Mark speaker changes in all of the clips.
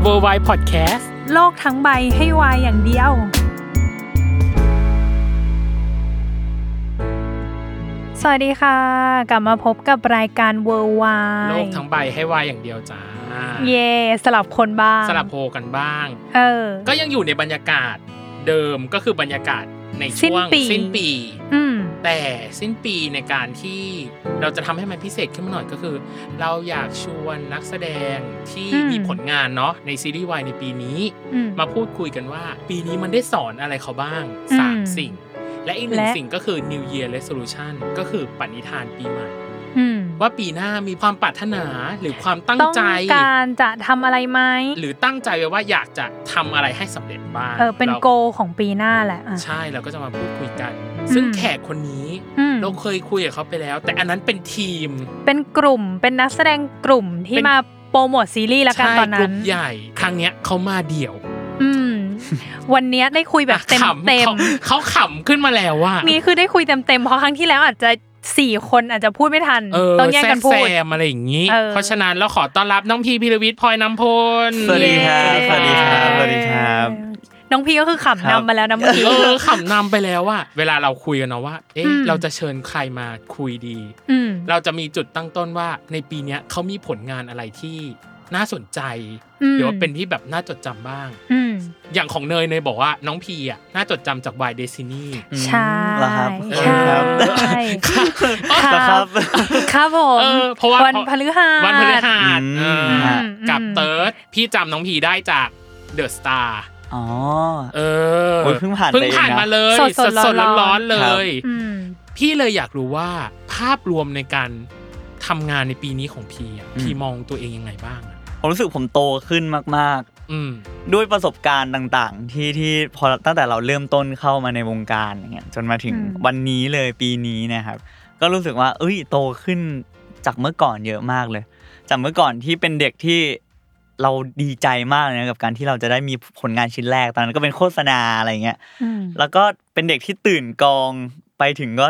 Speaker 1: เวอร์ไวพอดแคสต์
Speaker 2: โลกทั้งใบให้วายอย่างเดียว สวัสดีค่ะ กลับมาพบกับรายการเวอร์วาย
Speaker 1: โลกทั้งใบให้วายอย่างเดียวจ้า
Speaker 2: เย่สลับคนบ้าง
Speaker 1: สลับโพลกันบ้าง
Speaker 2: เออ
Speaker 1: ก็ยังอยู่ในบรรยากาศเดิมก็คือบรรยากาศในช่
Speaker 2: สิ้น
Speaker 1: วง
Speaker 2: ปี
Speaker 1: สิ้นปี
Speaker 2: อืม
Speaker 1: แต่สิ้นปีในการที่เราจะทำให้มันพิเศษขึ้นมาหน่อยก็คือ เราอยากชวนนักแสดงที่
Speaker 2: อืม
Speaker 1: มีผลงานเนาะในซีรีส์วายในปีนี้
Speaker 2: อืม
Speaker 1: มาพูดคุยกันว่า ปีนี้มันได้สอนอะไรเขาบ้างสาม
Speaker 2: อืม
Speaker 1: สิ่ง และอีกหนึ่ง
Speaker 2: และ
Speaker 1: สิ่งก็คือ New Year Resolution ก็คือปณิธานปีใหม่
Speaker 2: อืม
Speaker 1: ว่าปีหน้ามีความปรารถนาหรือความตั้ง
Speaker 2: ต้อง
Speaker 1: ใจ
Speaker 2: การจะทำอะไรไหม
Speaker 1: หรือตั้งใจไว้ว่าอยากจะทำอะไรให้สำเร็จบ้าง
Speaker 2: เออเป็น
Speaker 1: รา
Speaker 2: โกของปีหน้าแหละอ่ะ
Speaker 1: ใช่เราก็จะมาพูดคุยกัน ซึ่ง
Speaker 2: อืม
Speaker 1: แขกคนนี้
Speaker 2: อืม
Speaker 1: เราเคยคุยกับเขาไปแล้ว แต่อันนั้นเป็นทีม
Speaker 2: เป็นกลุ่มเป็นนักแสดงกลุ่มที่
Speaker 1: เป็น
Speaker 2: มาโปรโมทซีรีส์แล้วกัน
Speaker 1: ใช่
Speaker 2: ตอน
Speaker 1: ก
Speaker 2: นั้
Speaker 1: ลุ่
Speaker 2: น
Speaker 1: มใหญ่ครั้งเนี้ยเขามาเดี่ยว
Speaker 2: อืม วันเนี้ยได้คุยแบบเต็ม
Speaker 1: อ่ะขำ
Speaker 2: เต็ม
Speaker 1: ขาเขาขำขึ้นมาแล้วว่า
Speaker 2: นี่คือได้คุยเต็มๆ เพราะครั้งที่แล้วอาจจะสี่คนอาจจะพูดไม่ทัน
Speaker 1: เออ
Speaker 2: ต้องแย่งกันพูด
Speaker 1: แซมอะไรอย่างนี้
Speaker 2: เออ
Speaker 1: เพราะฉะนั้นเราขอต้อนรับน้องพีพิรวิทย์พลอยน้ำพล
Speaker 3: สวัสดีครับ
Speaker 2: เย้
Speaker 3: สวัสดีครับสวัสดีครับ
Speaker 2: น้องพี่ก็คือขำ
Speaker 3: ครับ
Speaker 2: นำมาแล้วนะเมื่อกี้
Speaker 1: เออขำนำไปแล้วว่า เวลาเราคุยกันเนาะว่า เอ๊ะ
Speaker 2: อืม
Speaker 1: เราจะเชิญใครมาคุยดี
Speaker 2: อืม
Speaker 1: เราจะมีจุดตั้งต้นว่าในปีเนี้ยเขามีผลงานอะไรที่น่าสนใจ
Speaker 2: อืม
Speaker 1: หรือว่าเป็นที่แบบน่าจดจำบ้าง
Speaker 2: อืม
Speaker 1: อย่างของเนยเนยบอกว่าน้องพีอ่ะน่าจดจำจากวายเดซินี่
Speaker 2: ใช่
Speaker 3: เหรอครับ
Speaker 2: ใช่
Speaker 3: ครับ
Speaker 2: ค
Speaker 3: เหรอครั
Speaker 2: รับบ ครับผม
Speaker 1: เออเพราะว่า
Speaker 2: วันพฤหัส
Speaker 1: วันพฤหัส
Speaker 3: อืม
Speaker 1: เอออ
Speaker 2: ม
Speaker 1: กับ
Speaker 2: อืม
Speaker 1: เติร์ดพี่จำน้องพีได้จากเดอะสตาร์
Speaker 3: อ๋อ
Speaker 1: เออ
Speaker 3: โอ้ยเพิ่งผ่านไป
Speaker 1: เพิ่งผ่าน
Speaker 3: เองนะ
Speaker 1: มาเลย
Speaker 2: สดๆ
Speaker 1: สดๆ
Speaker 2: ร้
Speaker 1: ร้อ
Speaker 2: อน น
Speaker 1: ๆ
Speaker 2: ๆ
Speaker 1: เลย
Speaker 2: อืม
Speaker 1: พี่เลยอยากรู้ว่าภาพรวมในการทำงานในปีนี้ของพีอ่ะพีมองตัวเองยังไงบ้างอะ
Speaker 3: ผมรู้สึกผมโตขึ้นมาก
Speaker 1: อืม
Speaker 3: ๆ ด้วยประสบการณ์ต่างๆ ที่ที่พอตั้งแต่เราเริ่มต้นเข้ามาในวงการอย่างเงี้ยจนมาถึง
Speaker 2: อืม
Speaker 3: วันนี้เลยปีนี้เนะครับ ก็รู้สึกว่า เอ้ยโตขึ้นจากเมื่อก่อนเยอะมากเลย จากเมื่อก่อนที่เป็นเด็กที่เราดีใจมากเลยนะกับการที่เราจะได้มีผลงานชิ้นแรกตอนนั้นก็เป็นโฆษณาอะไรเงี้ย
Speaker 2: อืม
Speaker 3: แล้วก็เป็นเด็กที่ตื่นกองไปถึงก็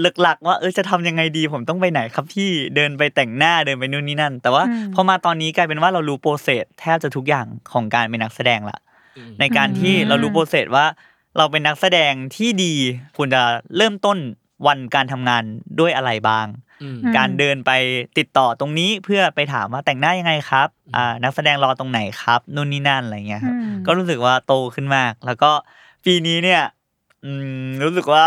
Speaker 3: เลิกหลักว่าเออจะทำยังไงดีผมต้องไปไหนครับพี่เดินไปแต่งหน้าเดินไปนู่นนี่นั่น แต่ว่า
Speaker 2: อืม
Speaker 3: พอมาตอนนี้กลายเป็นว่าเรารู้โปรเซสแทบจะทุกอย่างของการเป็นนักแสดงละในการที่
Speaker 2: อืม
Speaker 3: เรารู้โปรเซสว่า เราเป็นนักแสดงที่ดีควรจะเริ่มต้นวันการทำงานด้วยอะไรบ้าง
Speaker 1: อืม
Speaker 3: การเดินไปติดต่อตรงนี้เพื่อไปถามว่าแต่งหน้ายังไงครับอ่านักแสดงรอตรงไหนครับนู่นนี่นั่นอะไรอย่างเงี้ยครับ
Speaker 2: อืม
Speaker 3: ก็รู้สึกว่าโตขึ้นมาก แล้วก็ปีนี้เนี่ยอืมรู้สึกว่า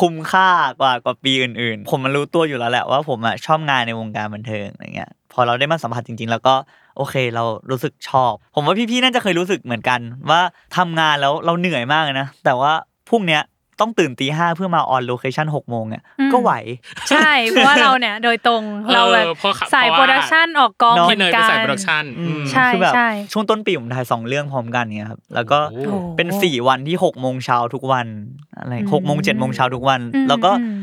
Speaker 3: คุ้มค่ากว่ากว่าปีอื่น ๆ ผมมันรู้ตัวอยู่แล้วแหละว่าผมอะชอบงานในวงการบันเทิงอะไรเงี้ย พอเราได้มาสัมผัสจริง ๆ แล้วก็โอเคเรารู้สึกชอบ ผมว่าพี่ๆน่าจะเคยรู้สึกเหมือนกัน ว่าทำงานแล้วเราเหนื่อยมากเลยนะ แต่ว่าพรุ่งเนี้ยต้องตื่นตีห้าเพื่อมาออนโลเคชั่นหกโมงเนี่ย
Speaker 2: อืม
Speaker 3: ก็ไหว
Speaker 2: ใช่ เพราะว่าเราเนี่ย โดยตรง
Speaker 1: เออ
Speaker 2: เราแบบ
Speaker 1: เพราะเขา
Speaker 2: สาย
Speaker 1: เพราะว่า
Speaker 2: โปรดักชันออกกองเหมื
Speaker 1: พี่
Speaker 2: อ
Speaker 1: เนย
Speaker 2: น
Speaker 1: ไป
Speaker 2: กัน
Speaker 1: ใส่โปรดักชั่นอืม
Speaker 2: ใช่
Speaker 3: คือแบบ
Speaker 2: ใช่
Speaker 3: ช่วงต้นปีผมถ่ายสองเรื่องพร้อมกันเนี่ยครับแล้วก็
Speaker 1: โอ้โห
Speaker 3: เป็นสี่วันที่หกโมงเช้าทุกวันอะไร
Speaker 2: อืม
Speaker 3: หกโมงเจ็ดโมงเช้าทุกวัน
Speaker 2: อืม
Speaker 3: แล้วก็
Speaker 2: อืม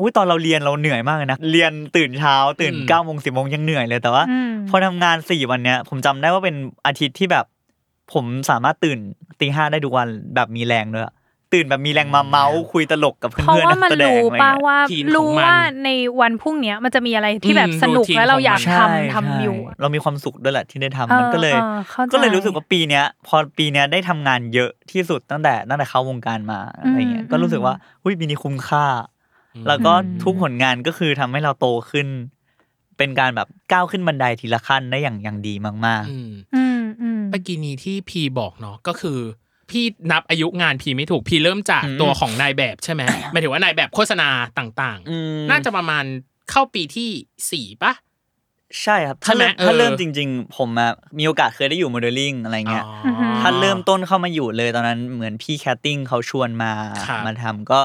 Speaker 3: อุ้ยตอนเราเรียนเราเหนื่อยมากเลยนะเรียนตื่นเช้าตื่น
Speaker 1: อืม
Speaker 3: เก้าโมงสิบโมงยังเหนื่อยเลยแต่ว่า
Speaker 2: อืม
Speaker 3: พอทำงานสี่วันเนี้ยผมจำได้ว่าเป็นอาทิตย์ที่แบบ ผมสามารถตื่นตีห้าได้ทุกวันแบบมีแรงด้วยตื่นแบบมีแรงมาเมาส์คุยตลกกับเพื่อน
Speaker 2: เพราะ
Speaker 3: ๆ
Speaker 2: ว่า
Speaker 3: นัก
Speaker 2: มัน
Speaker 3: แสดง
Speaker 2: รู้
Speaker 3: อะไร
Speaker 2: ป่ะ
Speaker 3: เงี้ย
Speaker 2: ว่า
Speaker 1: ทีมของ
Speaker 2: รู้
Speaker 1: มัน
Speaker 2: ว่าในวันพรุ่งเนี้ยมันจะมีอะไรที่แบบ
Speaker 1: อืม
Speaker 2: สนุก
Speaker 1: รูทีน
Speaker 2: แล้วเรา
Speaker 1: ของมัน
Speaker 2: อยาก
Speaker 3: ใช่
Speaker 2: ทำทำอยู่
Speaker 3: ใช่เรามีความสุขด้วยแหละที่ได้ทำ
Speaker 2: เออ
Speaker 3: มันก็เลย
Speaker 2: เออเข้าใจ
Speaker 3: ก็เลยรู้สึกว่าปีเนี้ย พอปีเนี้ยได้ทำงานเยอะที่สุดตั้งแต่ตั้งแต่เข้าวงการมาอะไรเงี้
Speaker 2: อื
Speaker 3: ย
Speaker 2: ม
Speaker 3: ก็รู้สึกว่าอุ้ยปีนี้คุ้มค่า แล้วก็ทุกผลงานก็คือทำให้เราโตขึ้น เป็นการแบบก้าวขึ้นบันไดทีละขั้นได้อย่างอย่างดีมาก
Speaker 1: อืม
Speaker 2: อืมอืม
Speaker 1: เมื่อกี้นี้ที่พีบอกเนาะก็คือ พี่นับอายุงานพีไม่ถูกพีเริ่มจาก
Speaker 3: อืม
Speaker 1: ตัวของนายแบบใช่ไหม หมายถึงว่านายแบบโฆษณาต่าง
Speaker 3: ๆ
Speaker 1: ๆ น่าจะประมาณเข้าปีที่สี่ปะ
Speaker 3: ใช่ครับ ถ้าเริ่ม
Speaker 1: ใช่ไหมเออ
Speaker 3: ถ้าเริ่มจริง ๆ ผมอะมีโอกาสเคยได้อยู่โมเดลลิ่งอะไรเงี้ย
Speaker 1: อ๋อ
Speaker 3: ถ้าเริ่มต้นเข้ามาอยู่เลยตอนนั้นเหมือนพี่แคทติ้งเขาชวนมา
Speaker 1: ครับ
Speaker 3: มาทำก็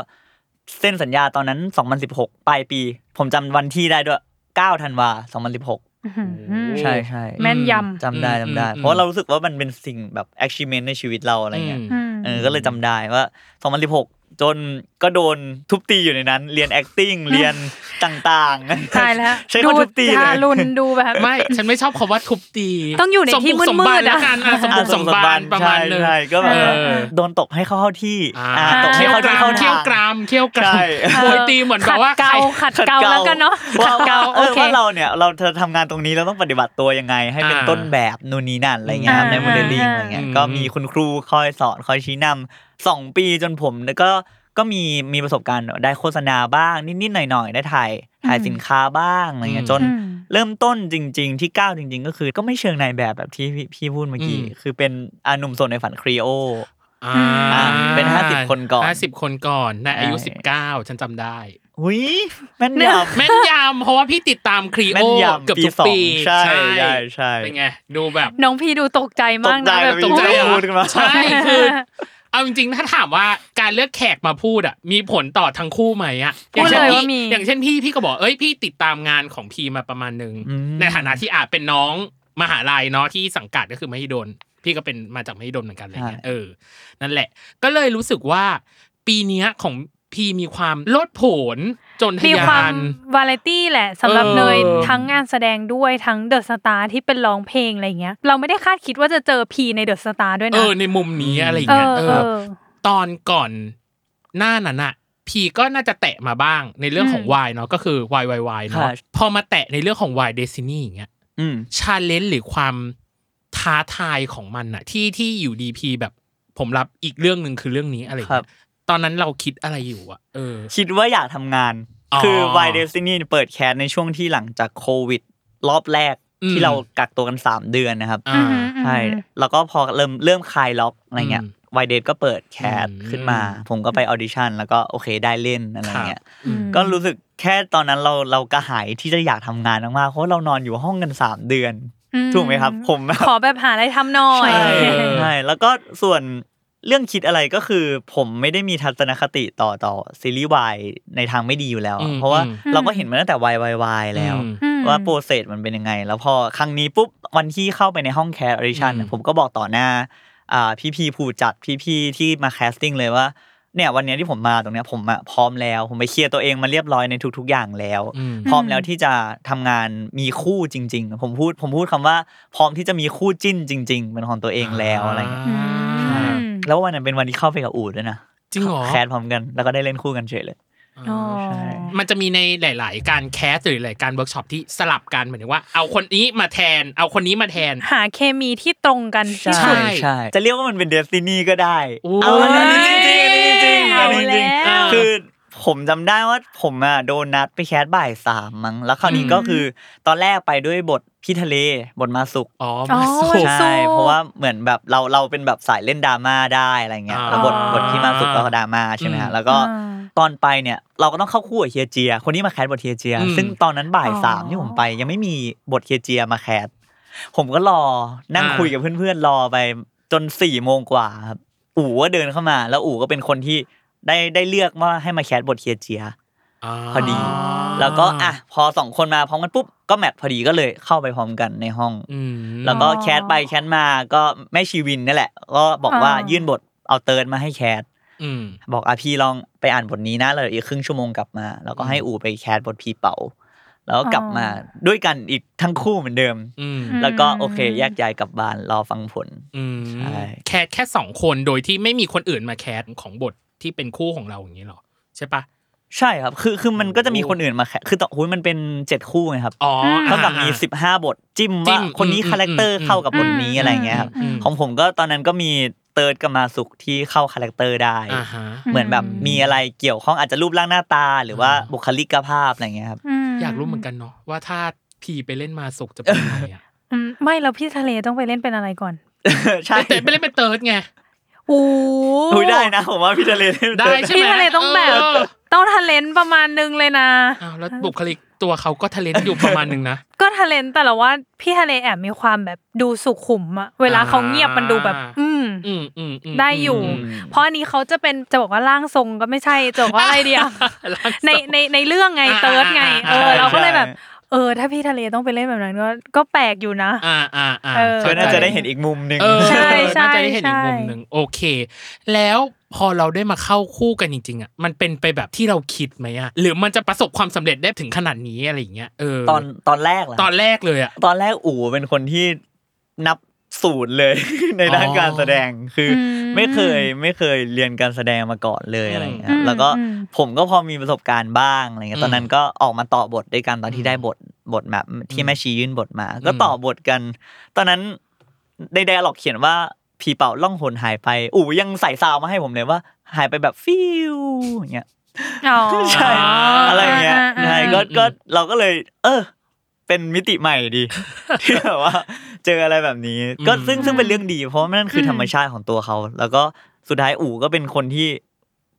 Speaker 3: เส้นสัญญาตอนนั้น 2016 ปลายปี ผมจำวันที่ได้ด้วย 9 ธันวา 2016
Speaker 2: อื้อหือ
Speaker 3: ใช่ใช่
Speaker 2: แม่นยำ
Speaker 3: จำได้
Speaker 1: อืม
Speaker 3: จำได้
Speaker 1: อืม
Speaker 3: เพราะเรารู้สึกว่ามันเป็นสิ่งแบบ achievement ในชีวิตเราอะไรเงี้ย
Speaker 2: อืม
Speaker 3: เออก็เลยจำได้ว่า 2016 จนก็โดนทุบตีอยู่ในนั้น เรียน acting เรียนต่างๆ
Speaker 2: ตายแล้ว
Speaker 3: ใช้
Speaker 2: ดู
Speaker 3: คำทุบตี
Speaker 2: ทา
Speaker 3: เลย
Speaker 2: รุนดูแบบ
Speaker 1: ไม่ ฉันไม่ชอบคำว่าทุบตี
Speaker 2: ต้องอยู่ในที่มืดๆ
Speaker 1: สบุกสมบัน
Speaker 2: อะ
Speaker 1: แล้วกันอ่ะสมบุกสมบันประมาณหนึง
Speaker 3: ใช่ใช่ก็แบบว่า
Speaker 1: เออ
Speaker 3: โดนตบให้เข้าที่
Speaker 1: อ่า
Speaker 3: อ่าตบให้
Speaker 1: เคี่ยว
Speaker 3: เข้าก ที่
Speaker 1: ราม
Speaker 3: เข้า
Speaker 1: เคี่ยวกรามเคี่ยวก
Speaker 3: ทาง
Speaker 1: รา
Speaker 3: ใช่
Speaker 1: มโวยตีเหมือนแบบว่า
Speaker 2: ขัด
Speaker 1: ใคร
Speaker 2: เกลาขัดเกลาแล้วกันเนาะ
Speaker 3: ว่า
Speaker 2: ขัดเกลา
Speaker 3: เอ
Speaker 2: โอ
Speaker 3: อ
Speaker 2: เค
Speaker 3: ว่าเราเนี่ยเราเธอทำงานตรงนี้เราต้องปฏิบัติตัวยังไง ให้เป็น
Speaker 1: อ่า
Speaker 3: ต้นแบบนู่นนี่นั่นอะไรเงี้ยครับ
Speaker 2: อ่า
Speaker 3: ในโมเดลลิ่ง
Speaker 2: อ่า
Speaker 3: อะไรเงี้ย
Speaker 1: อืม
Speaker 3: ก็มีคุณครูคอยสอนคอยชี้นำสองปีจนผมแล้วก็ก็มีมีประสบการณ์ได้โฆษณาบ้างนิดๆหน่อยๆได้ถ่ายถ่ายสินค้าบ้างอะไรเงี้ยจน
Speaker 2: อืม
Speaker 3: เริ่มต้นจริง ๆ ที่ก้าวจริง ๆ ก็คือก็ไม่เชิงนายแบบแบบที่พี่พี่พูดเมื่อกี้
Speaker 1: อืม
Speaker 3: คือเป็นอาหนุ่มโสดในฝันครีโอ
Speaker 1: อ่า
Speaker 3: อ่าเป็น50คนก่อน
Speaker 1: ห้าสิบคนก่อนนายอายุ
Speaker 3: ใช่
Speaker 1: สิบเก้าฉันจำได้
Speaker 3: หุยแม่นยำ
Speaker 1: แม่นยำเพราะว่าพี่ติดตามครี
Speaker 3: แม่
Speaker 1: โอน
Speaker 3: ยำ
Speaker 1: เกือบทุก
Speaker 3: ปีสอง
Speaker 1: ปี
Speaker 3: ใช่ใช่ใช่
Speaker 1: เป็นไง ดูแบบ
Speaker 2: น้องพี่ดูตกใจมาก
Speaker 3: ตกใจ
Speaker 2: นะแบบ
Speaker 3: ตกใจ
Speaker 2: อุ๊ย
Speaker 3: อะ พูดขึ้นมา
Speaker 1: ใช่คือเอาจริงๆ ถ้าถามว่าการเลือกแขกมาพูดอ่ะมีผลต่อทั้งคู่ไหมอ่ะ
Speaker 2: พูดเลยว่ามี
Speaker 1: อย่างเช่นพี่พี่ก็บอกเอ้ยพี่ติดตามงานของพีมาประมาณหนึ่ง
Speaker 3: อืม
Speaker 1: ในฐานะที่อาจเป็นน้องมหาลัยเนาะที่สังกัดก็คือมหิดลพี่ก็เป็นมาจากมหิดลเหมือนกันอะไรเงี้ยเออนั่นแหละ ก็เลยรู้สึกว่า ปีเนี้ยของพีมีความโลดโผนจนทะ
Speaker 2: มี
Speaker 1: ย
Speaker 2: ความ
Speaker 1: าน
Speaker 2: วาไรตี้แหละสำหรับ
Speaker 1: เออ
Speaker 2: เนยทั้งงานแสดงด้วยทั้งเดอะสตาร์ที่เป็นร้องเพลงอะไรอย่างเงี้ย เราไม่ได้คาดคิดว่าจะเจอพีในเดอะสตาร์ด้วย
Speaker 1: เอ
Speaker 2: นะ
Speaker 1: อในมุมนี้อะไร
Speaker 2: เอ
Speaker 1: เงี้ย
Speaker 2: อ
Speaker 1: เอ
Speaker 2: เอ
Speaker 1: อ
Speaker 2: อ
Speaker 1: ตอนก่อนหน้านั้นอะพีก็น่าจะแตะมาบ้างในเรื่องของ
Speaker 2: อืม
Speaker 1: วายเนาะก็คือวายวายวายเนาะ
Speaker 3: ค่ะ
Speaker 1: พอมาแตะในเรื่องของวายเดซินี่อย่างเงี้ย
Speaker 3: อืม
Speaker 1: ชาเลนจ์หรือความท้าทายของมันอะที่ที่อยู่ดีพีแบบผมรับอีกเรื่องหนึ่งคือเรื่องนี้อะไร
Speaker 3: ครั
Speaker 1: เงี้
Speaker 3: บ
Speaker 1: ยตอนนั้นเราคิดอะไรอยู่อะเออ
Speaker 3: คิดว่าอยากทำงาน
Speaker 1: อ๋อ
Speaker 3: คือ Why Destiny เปิดแคสในช่วงที่หลังจากโควิด รอบแรก
Speaker 1: อืม
Speaker 3: ที่เรากักตัวกัน 3 เดือนนะครับ
Speaker 1: อ่า
Speaker 2: อืมอืม
Speaker 3: ใช่ แล้วก็พอเริ่มเริ่มคลายล็อกอะไรเงี้ย
Speaker 1: อืม
Speaker 3: วายเดทก็เปิดแคส
Speaker 1: อืม
Speaker 3: ขึ้นมา ผมก็ไปออดิชั่นแล้วก็โอเคได้เล่นอะไรเงี้ย
Speaker 2: อืม
Speaker 3: ก็รู้สึกแค่ตอนนั้นเราเรากระหายที่จะอยากทำงานมากๆเพราะเรานอนอยู่ห้องกัน 3 เดือน
Speaker 2: อื
Speaker 3: ถูกไหมครับผมแบบ
Speaker 2: ขอแบบหาอะไรทำหน่อย
Speaker 3: ใช่
Speaker 1: เออ
Speaker 3: ใช่แล้วก็ส่วนเรื่องคิดอะไรก็คือ ผมไม่ได้มีทัศนคติต่อต่อซีรีส์วายในทางไม่ดีอยู่แล้ว
Speaker 1: อื
Speaker 3: อะ
Speaker 1: ม
Speaker 3: เพราะว่า
Speaker 1: อืม
Speaker 3: เราก็เห็นมาตั้งแต่วายวายวายแล้ว
Speaker 1: อืม
Speaker 2: อืม
Speaker 3: ว่าโปรเซสมันเป็นยังไง แล้วพอครั้งนี้ปุ๊บวันที่เข้าไปในห้องแคสออริชั่น
Speaker 1: อืม
Speaker 3: ผมก็บอกต่อหน้าอ่าพี่พี่ๆผู้จัดพี่พี่ๆที่มาแคสติ้งเลยว่าเนี่ยวันเนี้ยที่ผมมาตรงเนี้ยผมอะพร้อมแล้ว ผมไปเคลียร์ตัวเองมาเรียบร้อยในทุก ๆ อย่างแล้ว
Speaker 1: อืม
Speaker 3: พร้อมแล้วที่จะทำงานมีคู่จริง ๆ ผมพูดผมพูดคำว่าพร้อมที่จะมีคู่จิ้นจริง ๆ เป็นของตัวเองแล้วอะไรเงี้ย
Speaker 2: อื
Speaker 1: ใช่
Speaker 2: ม
Speaker 3: แล้ววันนั้นเป็นวันที่เข้าไปกับอูดด้วยนะ
Speaker 1: จริงเหรอ
Speaker 3: แคสพร้อมกันแล้วก็ได้เล่นคู่กันเฉยเลย
Speaker 2: อ๋อ
Speaker 3: ใช่
Speaker 1: มันจะมีในหลาย ๆ การแคสหรือหลายๆการเวิร์กช็อปที่สลับกันเหมือนว่า เอาคนนี้มาแทน เอาคนนี้มาแทน
Speaker 2: หาเคมีที่ตรงกันที่
Speaker 1: ใช่
Speaker 2: สุด
Speaker 3: ใช่จะเรียกว่ามันเป็นเดสตินีก็ได้
Speaker 1: โอ้ย
Speaker 3: เอาอันนี้จริงๆอันนี้จริงๆอันนี้จริง
Speaker 2: เอาแล้ว
Speaker 3: ๆคือผมจำได้ว่าผมอะโดนนัดไปแคสบ่ายสามมั้งแล้วคราวนี้ก็คือตอนแรกไปด้วยบทพี่ทะเลบทมาสุก
Speaker 1: อ๋อ
Speaker 2: อ๋อ
Speaker 1: มาสุก
Speaker 2: โยสู้
Speaker 3: ใช่ เพราะว่าเหมือนแบบเราเราเป็นแบบสายเล่นดราม่าได้อะไรเงี้ย
Speaker 1: อ่า
Speaker 3: แล้วบทบทที่มาสุดก็ดราม่าใช่ไหม
Speaker 1: อื
Speaker 3: ฮะ
Speaker 1: ม
Speaker 3: แล้วก็
Speaker 2: อ่า
Speaker 3: ตอนไปเนี่ยเราก็ต้องเข้าคู่กับเฮียเจีย คนที่มาแคสบทเฮียเจีย
Speaker 1: อืม
Speaker 3: ซึ่งตอนนั้นบ่าย
Speaker 2: อ๋อ
Speaker 3: สามที่ผมไปยังไม่มีบทเฮียเจียมาแคสผมก็รอนั่งคุยกับเพื่อนๆรอไปจนสี่โมงกว่าครับอู๋ก็เดินเข้ามา แล้วอู๋ก็เป็นคนที่ได้ได้เลือกว่าให้มาแคสบทเฮียเจีย พอดี แล้วก็อ่ะพอสองคนมาพร้อมกันปุ๊บก็แมทพอดีก็เลยเข้าไปพร้อมกันในห้อง
Speaker 1: อืม
Speaker 3: แล้วก็แคสไปแคสมาก็แม่ชีวินนั่นแหละ ก็บอกว่า
Speaker 2: อ่ายื่
Speaker 3: ยื่นบทเอาเติร์ดมาให้แคส
Speaker 1: อืม
Speaker 3: บอกอ่ะพี่ลองไปอ่านบทนี้นะแล้วเดี๋ยวอีกครึ่งชั่วโมงกลับมา แล้วก็ให้อูไปแคสบทพี่เป่า แล้วก็กลับมาด้วยกันอีกทั้งคู่เหมือนเดิม
Speaker 1: อืม
Speaker 3: แล้วก็โอเคแยกย้ายกลับบ้านรอฟังผล
Speaker 1: อืม
Speaker 3: ใช่
Speaker 1: แคสแค่สองคนโดยที่ไม่มีคนอื่นมาแคสของบทที่เป็นคู่ของเราอย่างนี้หรอ ใช่ปะ
Speaker 3: ใช่ครับคือคือมันก็จะมี
Speaker 1: โอ้
Speaker 3: คนอื่นมาแคสคือตอนหุ้ยมันเป็นเจ็ดคู่ไงครับ
Speaker 1: อ๋อ
Speaker 3: เท่ากับ
Speaker 1: อ่
Speaker 3: มี 15 บทจิ้ม
Speaker 1: จิ้
Speaker 3: ว่าม คนนี้
Speaker 1: อืม
Speaker 3: คาแรคเตอร์
Speaker 1: อืม
Speaker 3: เข้ากับบทนี้อะไรอย่างเงี้ยครับ
Speaker 2: อืม
Speaker 3: ของผมก็ตอนนั้นก็มีเติร์ดกับมาสุขที่เข้าคาแรคเตอร์ได้
Speaker 1: อ่าฮะ
Speaker 3: เหมือนแบบมีอะไรเกี่ยวข้องอาจจะรูปร่างหน้าตาหรือว่า
Speaker 1: อ่า
Speaker 3: บุคลิกภาพอะไรเงี้ยครับ
Speaker 2: ม
Speaker 1: อยากรู้เหมือนกันเนาะว่าถ้าแค พีไปเล่นมาสุกจะเป็นไงอะ
Speaker 2: อืมไม่แล้วพี่ทะเลต้องไปเล่นเป็นอะไรก่อน
Speaker 3: ใช่
Speaker 1: เต้นไปเล่นเป็นเติร์ดไง
Speaker 2: โอ้โห
Speaker 3: อุ๊ยได้นะผมว่าพี่ทะเลเล่น
Speaker 1: ได้ใช่ไหม
Speaker 2: พี่ทะเลต้องแบบ
Speaker 1: เออ
Speaker 2: ต้องทะเลนประมาณนึงเลยนะ
Speaker 1: อ้าวแล้วบุคลิกตัวเขาก็ทะเลนต์อยู่ประมาณหนึงนะ
Speaker 2: ก็ทะเลนแต่ละว่าพี่ทะเลแอบมีความแบบดูสุขุมอะเวลาเขาเงียบมันดูแบบ
Speaker 1: อ่า
Speaker 2: อืม
Speaker 1: อืมอืมม
Speaker 2: ได้อยู่ เพราะอันนี้เขาจะเป็นจะบอกว่าร่างทรงก็ไม่ใช่จะบอกว่าอะไรเดียว
Speaker 1: ร่างทรง
Speaker 2: ในในในเรื่องไง
Speaker 1: อ่า
Speaker 2: เติร์ดไง
Speaker 1: อ่า
Speaker 2: เออ
Speaker 1: ใช่
Speaker 2: เราก็เลยแบบ เออ ถ้าพี่ทะเลต้องไปเล่นแบบนั้นก็ก็แปลกอยู่นะ
Speaker 1: อ่าอ่าอ่า
Speaker 2: เออ
Speaker 3: ก็
Speaker 1: เข้
Speaker 3: น่าจะได้เห็นอีกมุมหนึ่ง
Speaker 1: เออ
Speaker 2: ใช่ใช่
Speaker 1: น่าจะได้เห็นอีกมุมหนึ่งโอเค แล้วพอเราได้มาเข้าคู่กันจริงๆอ่ะมันเป็นไปแบบที่เราคิดไหมอ่ะหรือมันจะประสบความสำเร็จได้ถึงขนาดนี้อะไรอย่างเงี้ยเออ
Speaker 3: ตอนตอนแรกเหรอ
Speaker 1: ตอนแรกเลยอ่ะ
Speaker 3: ตอนแรกอู๋เป็นคนที่นับศูนย์เลย ในด้าน
Speaker 1: อ๋อ
Speaker 3: การแสดงคืออ
Speaker 2: ม
Speaker 3: ไม่เคยไม่เคยเรียนการแสดงมาก่อนเลยอะไรเงี้
Speaker 2: อื
Speaker 3: ย
Speaker 2: ม
Speaker 3: แล้วก็
Speaker 2: อืม
Speaker 3: ผมก็พอมีประสบการณ์บ้างอะไรเงี้
Speaker 1: อืม
Speaker 3: ยตอนนั้นก็ออกมาต่อบทด้วยกันตอน
Speaker 1: อื
Speaker 3: ที่
Speaker 1: ม
Speaker 3: ได้บทบทแบบที่แม่ชียื่นบทมา ก็
Speaker 1: อืม
Speaker 3: ต่อบทกัน ตอนนั้นในไดอะล็อกเขียนว่าผีเป่าล่องหนหายไปอู๋ยังใส่ซาวมาให้ผมเลยว่า หายไปแบบฟิวอย่างเงี้ย
Speaker 2: อ๋อ
Speaker 3: ใช่อะไรอย่างเงี้ย
Speaker 2: อ่าอ่าอ่า
Speaker 3: ใช่ก็ก็เราก็เลย เออ เป็นมิติใหม่ดี ที่แบบว่า เจออะไรแบบนี้ ก็
Speaker 1: อืม
Speaker 3: ซึ่งซึ่งเป็นเรื่องดี เพราะว่านั่นคือธรรมชาติของตัวเขา แล้วก็สุดท้ายอู๋ก็เป็นคนที่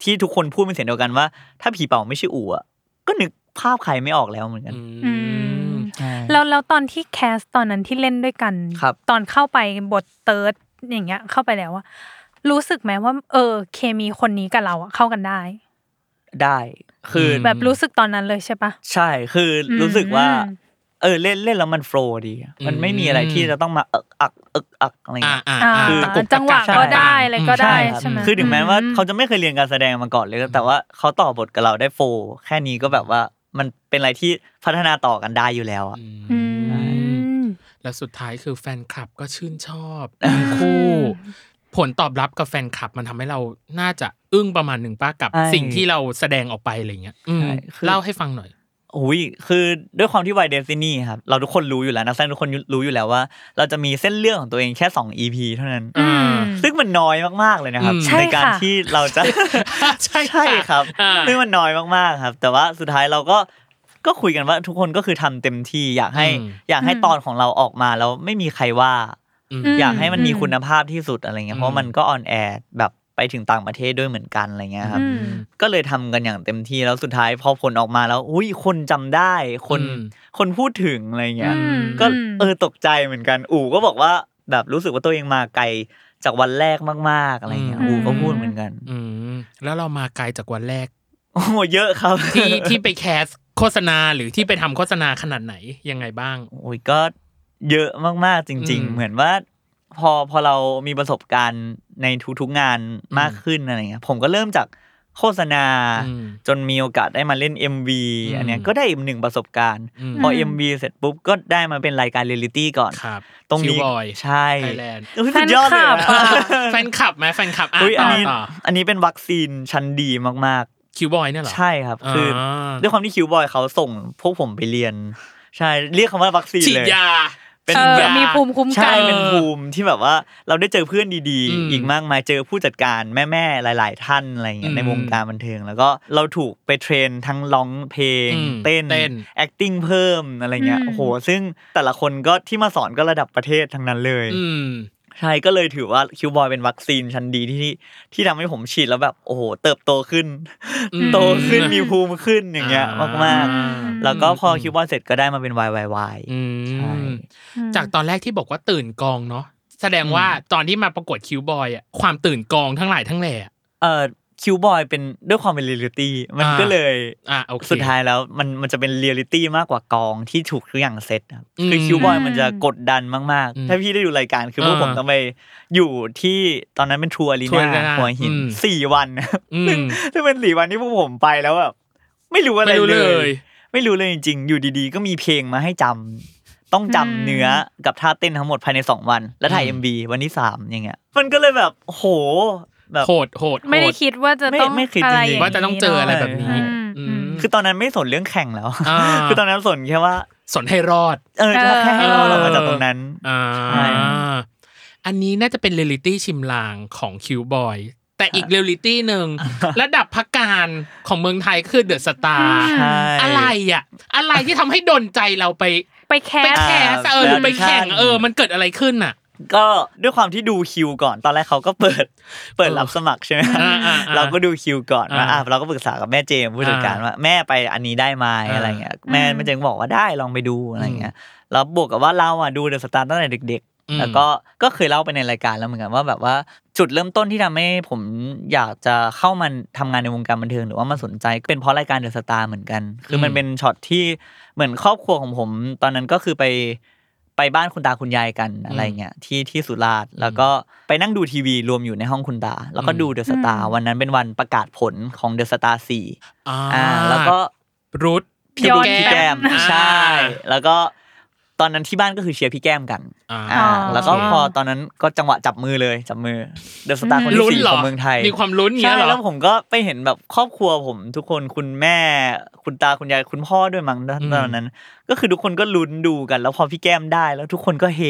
Speaker 3: ที่ทุกคนพูดเป็นเสียงเดียวกันว่า ถ้าผีเป่าไม่ใช่อู๋อะก็นึกภาพใครไม่ออกแล้วเหมือนกัน
Speaker 1: อื
Speaker 2: อื
Speaker 1: ม
Speaker 2: ม
Speaker 3: ใช่
Speaker 2: แล้วแล้วตอนที่แคสตอนนั้นที่เล่นด้วยกัน
Speaker 3: ครับ
Speaker 2: ตอนเข้าไปบทเติร์ดอย่างเงี้ย เข้าไปแล้วว่ารู้สึกไหมว่า เออ เคมีคนนี้กับเราอะเข้ากันได้
Speaker 3: ได้ คืออ
Speaker 1: ม
Speaker 2: แบบรู้สึกตอนนั้นเลยใช่ปะ
Speaker 3: ใช่คืออ
Speaker 2: ม
Speaker 3: รู้สึกว่า เออ เล่นเล่นแล้วมันโฟล์ดีอะมันไม่มีอะไรที่จะต้องมาเอิกอักเอิกอักอะไร
Speaker 1: อ่า
Speaker 3: เงี้ย
Speaker 1: อ่า
Speaker 2: อ่า
Speaker 1: คือตะกุกตะกัก
Speaker 2: จังหวะก็ได้อะไรก็ได้
Speaker 3: ครับ
Speaker 2: ใช่ไหม
Speaker 3: คือถึงแม้ว่า
Speaker 2: อืม
Speaker 3: เขาจะไม่เคยเรียนการแสดงมาก่อนเลย แต่ว่าเขาต่อบทกับเราได้โฟร์แค่นี้ก็แบบว่ามันเป็นอะไรที่พัฒนาต่อกันได้อยู่แล้วอะ
Speaker 1: อื
Speaker 2: อื
Speaker 1: ม
Speaker 2: ม
Speaker 1: แล้วสุดท้ายคือแฟนคลับก็ชื่นชอบทั้งคู่ ผลตอบรับกับแฟนคลับมันทำให้เราน่าจะอึ้งประมาณหนึ่งป้ากับ
Speaker 3: ใช่
Speaker 1: สิ่งที่เราแสดงออกไปอะไรเงี้ยอืม
Speaker 3: ใช่คือ
Speaker 1: เล่าให้ฟังหน่อย
Speaker 3: อุ้ยคือด้วยความที่วัยเดซินี่ครับเราทุกคนรู้อยู่แล้วนักแสดงทุกคนรู้อยู่แล้วว่า เราจะมีเส้นเรื่องของตัวเองแค่ 2 EP เท่านั้น
Speaker 1: อืม
Speaker 3: ซึ่งมันน้อยมากๆเลยนะครับ
Speaker 1: อืม
Speaker 3: ในการ
Speaker 2: ใช่ค่ะ
Speaker 3: ที่เราจะ
Speaker 1: ใช่
Speaker 3: ใช่ครับ
Speaker 1: อ่า
Speaker 3: ซึ่งมันน้อยมากๆครับ แต่ว่าสุดท้ายเราก็ก็คุยกันว่าทุกคนก็คือทำเต็มที่อยากให้
Speaker 1: อืม
Speaker 3: อยากให้
Speaker 2: อืม
Speaker 3: ตอนของเราออกมาแล้วไม่มีใครว่า
Speaker 1: อืม
Speaker 2: อืม
Speaker 3: อยากให้มันมีคุณภาพที่สุดอะไรเงี้
Speaker 1: อืม
Speaker 3: ยเพราะมันก็ออนแอร์แบบไปถึงต่างประเทศด้วยเหมือนกันอะไรเงี้ยครับ
Speaker 2: อืม
Speaker 3: ก็เลยทำกันอย่างเต็มที่แล้วสุดท้ายพอผลออกมาแล้วอุ้ยคนจำได้ คน
Speaker 1: อืม
Speaker 3: คนพูดถึงอะไรเงี้ย
Speaker 2: อืม
Speaker 3: ก็
Speaker 2: อืม
Speaker 3: เออตกใจเหมือนกันอู๋ก็บอกว่าแบบรู้สึกว่าตัวเองมาไกลจากวันแรกมากๆอะไรเงี้ย
Speaker 1: อืม
Speaker 3: อู๋ก็พูดเหมือนกัน
Speaker 1: อืมแล้วเรามาไกลจากวันแรก
Speaker 3: โอ้โหเยอะครับ
Speaker 1: ที่ที่ไปแคสโฆษณาหรือที่ไปทำโฆษณาขนาดไหนยังไงบ้าง
Speaker 3: โอ้ยก็เยอะมากๆจริง
Speaker 1: อืม
Speaker 3: ๆ เหมือนว่า พอพอเรามีประสบการณ์ในทุกๆงานมาก
Speaker 1: อืม
Speaker 3: ขึ้นอะไรเงี้ยผมก็เริ่มจากโฆษณา
Speaker 1: อืม
Speaker 3: จนมีโอกาสได้มาเล่น MV
Speaker 1: อืม
Speaker 3: อันเนี้ยก็ได้อีกหนึ่งประสบการณ์
Speaker 1: อืม
Speaker 3: พอ MV เสร็จปุ๊บก็ได้มาเป็นรายการเรียลลิตี้ก่อน
Speaker 1: ครับ
Speaker 3: ตรงนี้
Speaker 1: บอย
Speaker 3: ใช่
Speaker 1: ไทยแลนด์
Speaker 3: อุ๊ยสุดยอดเลย
Speaker 2: แฟน
Speaker 3: อะ
Speaker 2: คลับ
Speaker 1: แฟนคลับไหมแฟนคลับอ่ะ
Speaker 3: อุ้ยอัน
Speaker 1: ต่อ
Speaker 3: นี้
Speaker 1: ต่อ
Speaker 3: อันนี้เป็นวัคซีนชั้นดีมาก
Speaker 1: คิวบอยเนี่ยเหรอ
Speaker 3: ๆ ใช่ครับ คืออา ด้วยความที่คิวบอยเขาส่งพวกผมไปเรียน ใช่เรียกคำว่าวัคซีน
Speaker 1: ฉีด
Speaker 3: เลย
Speaker 1: ยา
Speaker 3: เป็น
Speaker 2: เออ
Speaker 3: แบบ
Speaker 2: มีภูมิคุ้มกั
Speaker 3: ใช่
Speaker 2: น
Speaker 3: เป็นภูมิที่แบบว่าเราได้เจอเพื่อนดี
Speaker 1: อืม
Speaker 3: ๆ อีกมากมายเจอผู้จัดการแม่ๆ หลาย ๆ ท่านอะไรอย่างเงี้
Speaker 1: อื
Speaker 3: ย
Speaker 1: ม
Speaker 3: ในวงการบันเทิง แล้วก็เราถูกไปเทรนทั้งร้องเพลง
Speaker 1: อืม
Speaker 3: เต้น
Speaker 1: เต้น
Speaker 3: acting เพิ่มอะไรเงี้ย
Speaker 2: อืม
Speaker 3: โอ้โห ซึ่งแต่ละคนก็ที่มาสอนก็ระดับประเทศทั้งนั้นเลย
Speaker 1: อืม
Speaker 3: ใช่ก็เลยถือว่าคิวบอยเป็นวัคซีนชั้นดีที่ที่ทำให้ผมฉีดแล้วแบบโอ้โห เติบโตขึ้น
Speaker 1: อืม
Speaker 3: โตขึ้นมีภูมิขึ้นอย่างเงี้ย
Speaker 1: อ่าม
Speaker 3: มากๆ แล้วก็พอ
Speaker 1: อืม
Speaker 3: คิวบอยเสร็จก็ได้มาเป็นวายวาย
Speaker 1: อื
Speaker 3: ใช่
Speaker 1: ม จากตอนแรกที่บอกว่าตื่นกองเนาะแสดงว่าตอนที่มาประกวดคิวบอยอะความตื่นกองทั้งหลายทั้งแหล่อะ
Speaker 3: เอ่อคิวบอยเป็นด้วยความเป็นเรียลลิตี้มัน
Speaker 1: อ่า
Speaker 3: ก็เลย
Speaker 1: อ่ะโอเค
Speaker 3: สุดท้ายแล้วมันมันจะเป็นเรียลลิตี้มากกว่ากองที่ถูกทุกอย่างเซตครับ
Speaker 1: อืม
Speaker 3: คือคิวบอยมันจะกดดันมาก
Speaker 1: อืม
Speaker 3: ๆ ถ้าพี่ได้ดูรายการคือพวก
Speaker 1: อ่า
Speaker 3: ผมต้องไปอยู่ที่ตอนนั้นเป็นทัวร์ลี
Speaker 1: ทัวร์อารี
Speaker 3: นา
Speaker 1: น่า
Speaker 3: หัวหิน
Speaker 1: อืม
Speaker 3: สี่วัน นะครับ
Speaker 1: อืม
Speaker 3: ซึ่งซึ่งเป็นสี่วันที่พวกผมไปแล้วแบบไม่รู้อะไร
Speaker 1: ไม่รู้
Speaker 3: เล
Speaker 1: เลย ย
Speaker 3: ไม่รู้เลยจริงๆ อยู่ดีๆ ก็มีเพลงมาให้จำต้องจำ
Speaker 2: อืม
Speaker 3: เนื้อกับท่าเต้นทั้งหมดภายในสองวัน แล้วถ่าย
Speaker 1: อื
Speaker 3: เอ็
Speaker 1: ม
Speaker 3: มบีวันที่สามอย่างเงี้ย มันก็เลยแบบโหแบบ
Speaker 1: โหดโหด
Speaker 2: ไม่ได้คิดว่าจะต้อง
Speaker 3: ไม่ไม่คิด
Speaker 2: อะไร
Speaker 3: จริงๆ
Speaker 2: ย่นี้
Speaker 1: ว่าจะต้องเจออะไรแบบนี้
Speaker 2: อืม
Speaker 1: อื
Speaker 2: อื
Speaker 1: ม
Speaker 2: ม
Speaker 3: คือตอนนั้นไม่สนเรื่องแข่งแล้ว
Speaker 1: อ่า
Speaker 3: คือตอนนั้นสนแค่ว่า
Speaker 1: สนให้รอด
Speaker 3: เออถ้าแค่ให้เราเรามาจากตรงนั้น
Speaker 1: อ่า
Speaker 3: ใช่
Speaker 1: อันนี้น่าจะเป็นเรลิตี้ชิมลางของคิวบอย แต่อีกเรียลลิตี้หนึ่งระดับพักการของเมืองไทยคือเดอะสตาร์
Speaker 3: ใช่
Speaker 1: อะไรอ่ะ อะไรที่ทำให้ดนใจเราไป
Speaker 2: ไปแค
Speaker 1: ไป
Speaker 2: ส
Speaker 1: แข่ง
Speaker 3: า
Speaker 1: เออหรือไปแข่งเออมันเกิดอะไรขึ้นอ่ะ
Speaker 3: ก็ด้วยความที่ดูคิวก่อน ตอนแรกเขาก็เปิด เปิดรับสมัครใช่ไหม
Speaker 1: อ่าอ่าอ่า
Speaker 3: เราก็ดูคิวก่อนว่า
Speaker 1: อ่า
Speaker 3: อ่ะเราก็ปรึกษากับแม่เจมส์ผู้จัดการ
Speaker 1: อ่า
Speaker 3: ว่าแม่ไปอันนี้ได้ไหม
Speaker 1: อ่า
Speaker 3: อะไรเงี้ยแม่
Speaker 2: อืม
Speaker 3: แม่เจมส์บอกว่าได้ลองไปดูอะไรเงี้ยแล้วบวกกับว่าเราอ่ะดูเดอะสตาร์ตั้งแต่เด็ก
Speaker 1: อืม
Speaker 3: ๆ แล้วก็ก็เคยเล่าไปในรายการแล้วเหมือนกันว่าแบบว่าจุดเริ่มต้นที่ทำให้ผมอยากจะเข้ามาทำงานในวงการบันเทิงหรือว่ามาสนใจเป็นเพราะรายการเดอะสตาร์เหมือนกัน คือมัน
Speaker 1: อืม
Speaker 3: เป็นช็อตที่เหมือนครอบครัวของผม ตอนนั้นก็คือไปไปบ้านคุณตาคุณยายกันอะไรเงี้ยที่ที่สุราษฎร์แล้วก็ไปนั่งดูทีวีรวมอยู่ในห้องคุณตา แล้วก็ดูเดอะสตาร์วันนั้นเป็นวันประกาศผลของเดอะสตาร์สี่
Speaker 1: อ่า
Speaker 3: อ่าแล้วก็
Speaker 1: รุด
Speaker 3: พี่
Speaker 2: ย้
Speaker 3: ดู
Speaker 2: อน
Speaker 3: พี่แก้ม
Speaker 2: แป๊บ
Speaker 3: ใช่ แล้วก็ตอนนั้นที่บ้านก็คือเชียร์พี่แก้มกัน
Speaker 1: อ่า
Speaker 3: อ่าแล้วก็
Speaker 2: โอเค
Speaker 3: พอตอนนั้นก็จังหวะจับมือเลยจับมือเดอะสตาร์คนที่
Speaker 1: ลุ้น
Speaker 3: สี่
Speaker 1: เหร
Speaker 3: ข
Speaker 1: อ
Speaker 3: องเมืองไทย
Speaker 1: มีความลุ้นอย่างเงี้ย
Speaker 3: ใช่
Speaker 1: เหรอ
Speaker 3: แล้วผมก็ไปเห็นแบบครอบครัวผมทุกคนคุณแม่ คุณตาคุณยายคุณพ่อด้วยมั้ง
Speaker 1: อืม
Speaker 3: ตอนนั้น ก็คือทุกคนก็ลุ้นดูกันแล้วพอพี่แก้มได้แล้วทุกคนก็เฮ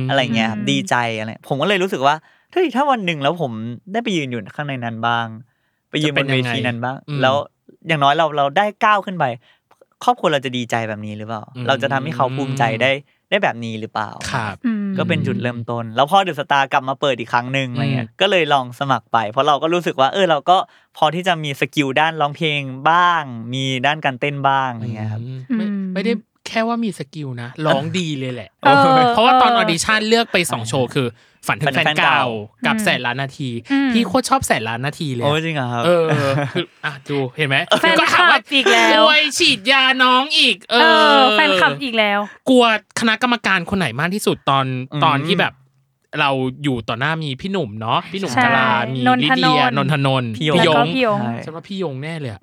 Speaker 1: ม
Speaker 3: อะไรเงี้ยครับ
Speaker 2: อืม
Speaker 3: ดีใจอะไรผมก็เลยรู้สึกว่าเฮ้ยถ้าวันหนึ่งแล้วผมได้ไปยืนอยู่ข้างในนั้นบ้าง ไปยืนบนเวทีนั้นบ้าง
Speaker 1: อืม
Speaker 3: แล้วอย่างน้อยเราเราได้ก้าวขึ้นไป ครอบครัวเราจะดีใจแบบนี้หรือเปล่า
Speaker 1: อืม
Speaker 3: เราจะทำให้เขาภูมิใจได้ได้แบบนี้หรือเปล่า
Speaker 1: ครับ
Speaker 2: อืม
Speaker 3: ก็เป็นจุดเริ่มต้น แล้วพอเดอะสตาร์กลับมาเปิดอีกครั้งหนึ่ง
Speaker 1: อืม
Speaker 3: อะไรเงี้ยก็เลยลองสมัครไป เพราะเราก็รู้สึกว่า เออเราก็พอที่จะมีสกิลด้านร้องเพลงบ้าง มีด้านการเต้นบ้างอะไรเงี้ยครับ
Speaker 1: อืมไม่
Speaker 2: อืม
Speaker 1: ไม่ได้แค่ว่ามีสกิลนะร้องดีเลยแหละ
Speaker 2: เออ
Speaker 1: เพราะว่าตอนออดิชั่นเลือกไปสองโชว์คือ ฝันถึงแฟนเก่ากับ
Speaker 2: อืม
Speaker 1: แสนล้านนาที
Speaker 2: อืม
Speaker 1: พี่โคตรชอบแสนล้านนาทีเลย
Speaker 3: โอ้
Speaker 1: อะ
Speaker 3: จริงเหรอครับ
Speaker 1: เออคืออ่ะดูเห็นไหม
Speaker 2: แฟน
Speaker 1: ก็
Speaker 2: ค
Speaker 1: ถาม
Speaker 2: ลั
Speaker 1: ว่า
Speaker 2: บอีกแล้ว
Speaker 1: อวยฉีดยาน้องอีก เอ
Speaker 2: เอ
Speaker 1: อ
Speaker 2: อ แฟนคลับอีกแล้ว
Speaker 1: กลัวคณะกรรมการคนไหนมากที่สุดตอน
Speaker 3: อืม
Speaker 1: ตอนที่แบบ เราอยู่ต่อหน้ามีพี่หนุ่มเนาะพี่หนุ่ม
Speaker 2: ใช่
Speaker 1: กาลามี
Speaker 2: นน
Speaker 1: ลิ
Speaker 2: ทนนท์
Speaker 1: เดียนนทนนท์
Speaker 3: พี่ยง
Speaker 2: แล้วก็พี่ยง
Speaker 3: ใช่
Speaker 1: ฉันว่าพี่ยงแน่เลยอะ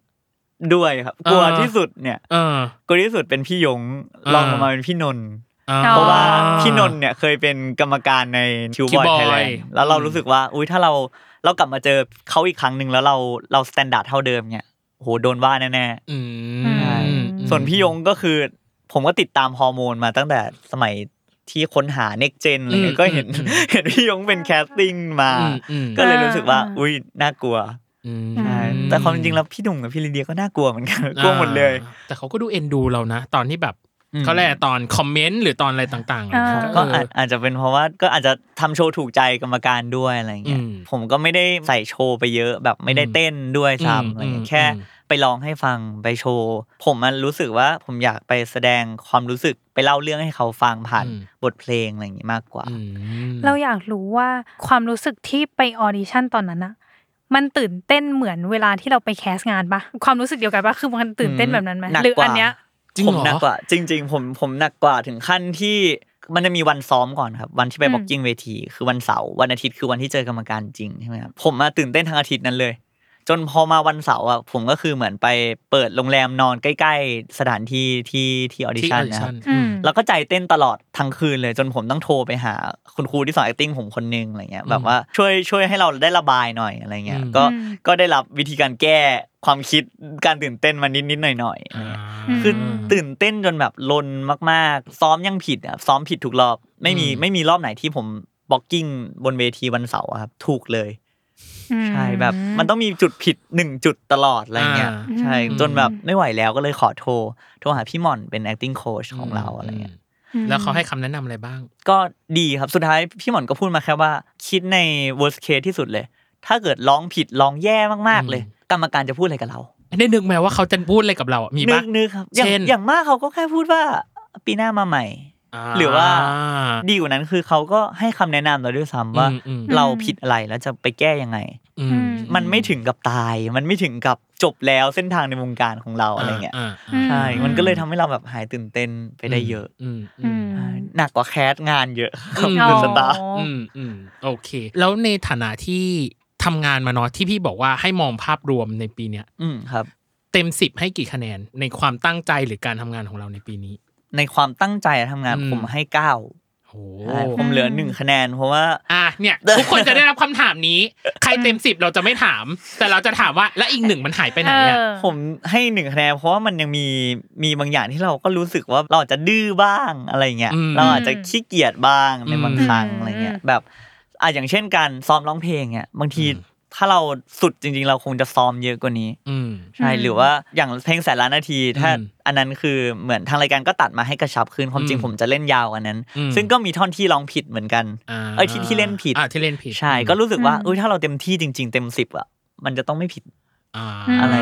Speaker 3: ด้วยครับกลัว
Speaker 1: เออ
Speaker 3: ที่สุดเนี่ย
Speaker 1: เออ
Speaker 3: กลัวที่สุดเป็นพี่ยง
Speaker 1: เออ
Speaker 3: ลองลงมาเป็นพี่นนท์
Speaker 1: อ่
Speaker 3: เพราะว่าพี่นนท์เนี่ยเคยเป็นกรรมการในคิวบอย
Speaker 1: Boy
Speaker 3: ไทยแลนด์แล้วเรารู้สึกว่า อุ้ยถ้าเราเรากลับมาเจอเขาอีกครั้งหนึ่งแล้วเราเราสแตนดาร์ดเท่าเดิมเนี่ยโหโดนว่าแน่
Speaker 1: อื
Speaker 3: ๆใช่
Speaker 1: ม
Speaker 3: ส่วนพี่ยงก็คือ ผมก็ติดตามฮอร์โมนมาตั้งแต่สมัยที่ค้นหาเน็กเจนอะไรเงี้ยก็เห็นเห็นพี่ยงเป็นแคสติ้งมา
Speaker 1: อืมอืม
Speaker 3: ก็เลยรู้สึกว่า อุ้ยน่ากลัว
Speaker 1: อืม
Speaker 3: ใช่แต่ความจริงแล้วพี่หนุ่มกับพี่ลีเดียก็น่ากลัวเหมือนกันกลัวหมดเลย
Speaker 1: อ่าแต่เขาก็ดูเอ็นดูเรานะ ตอนที่แบบ
Speaker 3: อืม
Speaker 1: เขาแหละตอนคอมเมนต์หรือตอนอะไรต่างๆของเขา
Speaker 2: อ่า
Speaker 3: ก็
Speaker 1: เออ
Speaker 3: อาจอาจจะเป็นเพราะว่าก็อาจจะทำโชว์ถูกใจกรรมการด้วยอะไรเงี้ย
Speaker 1: อืม
Speaker 3: ผมก็ไม่ได้ใส่โชว์ไปเยอะแบบไม่ได้เต้นด้วย
Speaker 1: อืม
Speaker 3: ซ้ำอะไรเงี้
Speaker 1: อืม
Speaker 3: ยแค่
Speaker 1: อืม
Speaker 3: ไปร้องให้ฟังไปโชว์ ผมมันรู้สึกว่าผมอยากไปแสดงความรู้สึกไปเล่าเรื่องให้เขาฟังผ่านบทเพลงอะไรอย่างงี้มากกว่า
Speaker 1: อืม
Speaker 2: เราอยากรู้ว่าความรู้สึกที่ไปออดิชั่นตอนนั้นอะมันตื่นเต้นเหมือนเวลาที่เราไปแคสงานปะความรู้สึกเดียวกันปะคือมันตื่นเต้นแบบนั้นไหม
Speaker 3: อืมหนัก
Speaker 2: หรือก
Speaker 3: ว่า
Speaker 2: อันเนี้ย
Speaker 1: จริง
Speaker 3: ผ
Speaker 1: เห
Speaker 3: ม
Speaker 1: รอ
Speaker 3: หนักกว่า จริง ๆ ผมผมหนักกว่าถึงขั้นที่มันจะมีวันซ้อมก่อนครับ วันที่ไป
Speaker 2: อืม
Speaker 3: บ็อกกิ้งเวที คือวันเสาร์วันอาทิตย์คือวันที่เจอกรรมการจริงใช่ไหมครับผมมาตื่นเต้นทางอาทิตย์นั้นเลย จนพอมาวันเสาร์อ่ะผมก็คือเหมือนไปเปิดโรงแรมนอนใกล้ ๆ สถานที่ที่ที่ออดิ
Speaker 1: ที่
Speaker 3: ชั่น
Speaker 1: audition
Speaker 3: นะครับ
Speaker 2: อืม
Speaker 3: แล้วก็ใจเต้นตลอดทั้งคืนเลย จนผมต้องโทรไปหาคุณครูที่สอน acting ผมคนนึงอะไรเงี้ยแบบว่าช่วยช่วยให้เราได้ระบายหน่อยอะไรเงี้ย
Speaker 1: อืม
Speaker 3: ก็
Speaker 2: อืม
Speaker 3: ก็ได้รับวิธีการแก้ความคิดการตื่นเต้นมานิดๆหน่อยๆอะไร
Speaker 1: อ่า
Speaker 3: เงี้ย
Speaker 2: ม
Speaker 3: คือตื่นเต้นจนแบบลนมากๆ ซ้อมยังผิดอ่ะซ้อมผิดทุกรอบ ไม่มีไม่มีรอบไหนที่ผมบล็อกกิ้งบนเวทีวันเสาร์อะครับ ถูกเลย ใช่แบบ มันต้องมีจุดผิดหนึ่งจุดตลอดอะไรเงี้ย
Speaker 2: อ่า
Speaker 3: ใช่
Speaker 1: อืม
Speaker 3: จนแบบไม่ไหวแล้วก็เลยขอโทร โทรหาพี่หม่อนเป็น acting coach ของเราอะไรเงี้ย
Speaker 2: อืม
Speaker 1: แล้วเขาให้คำแนะนำอะไรบ้าง
Speaker 3: ก็ดีครับสุดท้ายพี่หม่อนก็พูดมาแค่ว่า คิดใน worst case ที่สุดเลย ถ้าเกิดร้องผิดร้องแย่มากๆเลย กรรมการจะพูดอะไรกับเรา
Speaker 1: ได้นึกไหมว่าเขาจะพูดอะไรกับเราอ่ะมี
Speaker 3: นึ
Speaker 1: ปะ
Speaker 3: กนึกครับอย่าง
Speaker 1: เช่น
Speaker 3: อย่างมากเขาก็แค่พูดว่าปีหน้ามาใหม่ หรือว่า ดีกว่านั้นคือเขาก็ให้คำแนะนำเราด้วยซ้ำว่า
Speaker 1: อืมอืม
Speaker 3: เราผิดอะไรแล้วจะไปแก้ยังไง
Speaker 1: อืม
Speaker 3: มันไม่ถึงกับตาย มันไม่ถึงกับจบแล้วเส้นทางในวงการของเราอะไรเงี้ย
Speaker 1: า
Speaker 2: อืม
Speaker 3: ใช่มันก็เลยทำให้เราแบบหายตื่นเต้นไปได้เยอะ
Speaker 1: ม
Speaker 2: อื
Speaker 1: อืม
Speaker 2: ม
Speaker 3: ใช่หนักกว่าแคสงานเยอะค
Speaker 1: อื
Speaker 3: รับ
Speaker 1: ม
Speaker 3: คุณสตาร์
Speaker 2: อ๋ออื
Speaker 1: อืมอืมโอเค แล้วในฐานะที่ทำงานมาเนาะที่พี่บอกว่าให้มองภาพรวมในปีเนี้ย
Speaker 3: อืมครับ
Speaker 1: เต็มสิบให้กี่คะแนนในความตั้งใจหรือการทำงานของเราในปีนี้
Speaker 3: ในความตั้งใจทำงาน
Speaker 1: อืม
Speaker 3: ผมให้เก้า
Speaker 1: โอ้
Speaker 3: ใช่ผมเหลือหนึ่งคะแนน เพราะว่า
Speaker 1: อ่ะเนี่ย ทุกคนจะได้รับคำถามนี้ ใครเต็มสิบเราจะไม่ถาม แต่เราจะถามว่าแล้วอีกหนึ่งมันหายไปไหนอ่ะ
Speaker 2: เออ
Speaker 3: ผมให้หนึ่งคะแนนเพราะว่ามันยังมีมีบางอย่างที่เราก็รู้สึกว่าเราอาจจะดื้อบ้างอะไรเงี้ย
Speaker 1: อืม
Speaker 3: เราอาจจะขี้เกียจบ้างในบางครั้ง
Speaker 2: อืม
Speaker 3: อะไรเงี้ยแบบอ่ะอย่างเช่นการซ้อมร้องเพลงเนี่ยบางที ถ้าเราสุดจริง ๆ เราคงจะซ้อมเยอะกว่านี้
Speaker 1: อืม
Speaker 3: ใช่
Speaker 2: อืม
Speaker 3: หรือว่าอย่างเพลงแสนล้านนาที ถ้า
Speaker 1: อืม
Speaker 3: อันนั้นคือเหมือนทางรายการก็ตัดมาให้กระชับขึ้นความจริง
Speaker 1: อืม
Speaker 3: ผมจะเล่นยาวกว่านั้น
Speaker 1: อืม
Speaker 3: ซึ่งก็มีท่อนที่ร้องผิดเหมือนกัน
Speaker 1: อ่า
Speaker 3: เอ้ยที่ที่เล่นผิด
Speaker 1: อ่าที่เล่นผิด
Speaker 3: ใช่ก็รู้สึกว่า
Speaker 2: อืม
Speaker 3: เอ้ยถ้าเราเต็มที่จริง ๆ เต็มสิบอะมันจะต้องไม่ผิด
Speaker 1: อ่า
Speaker 3: อะไร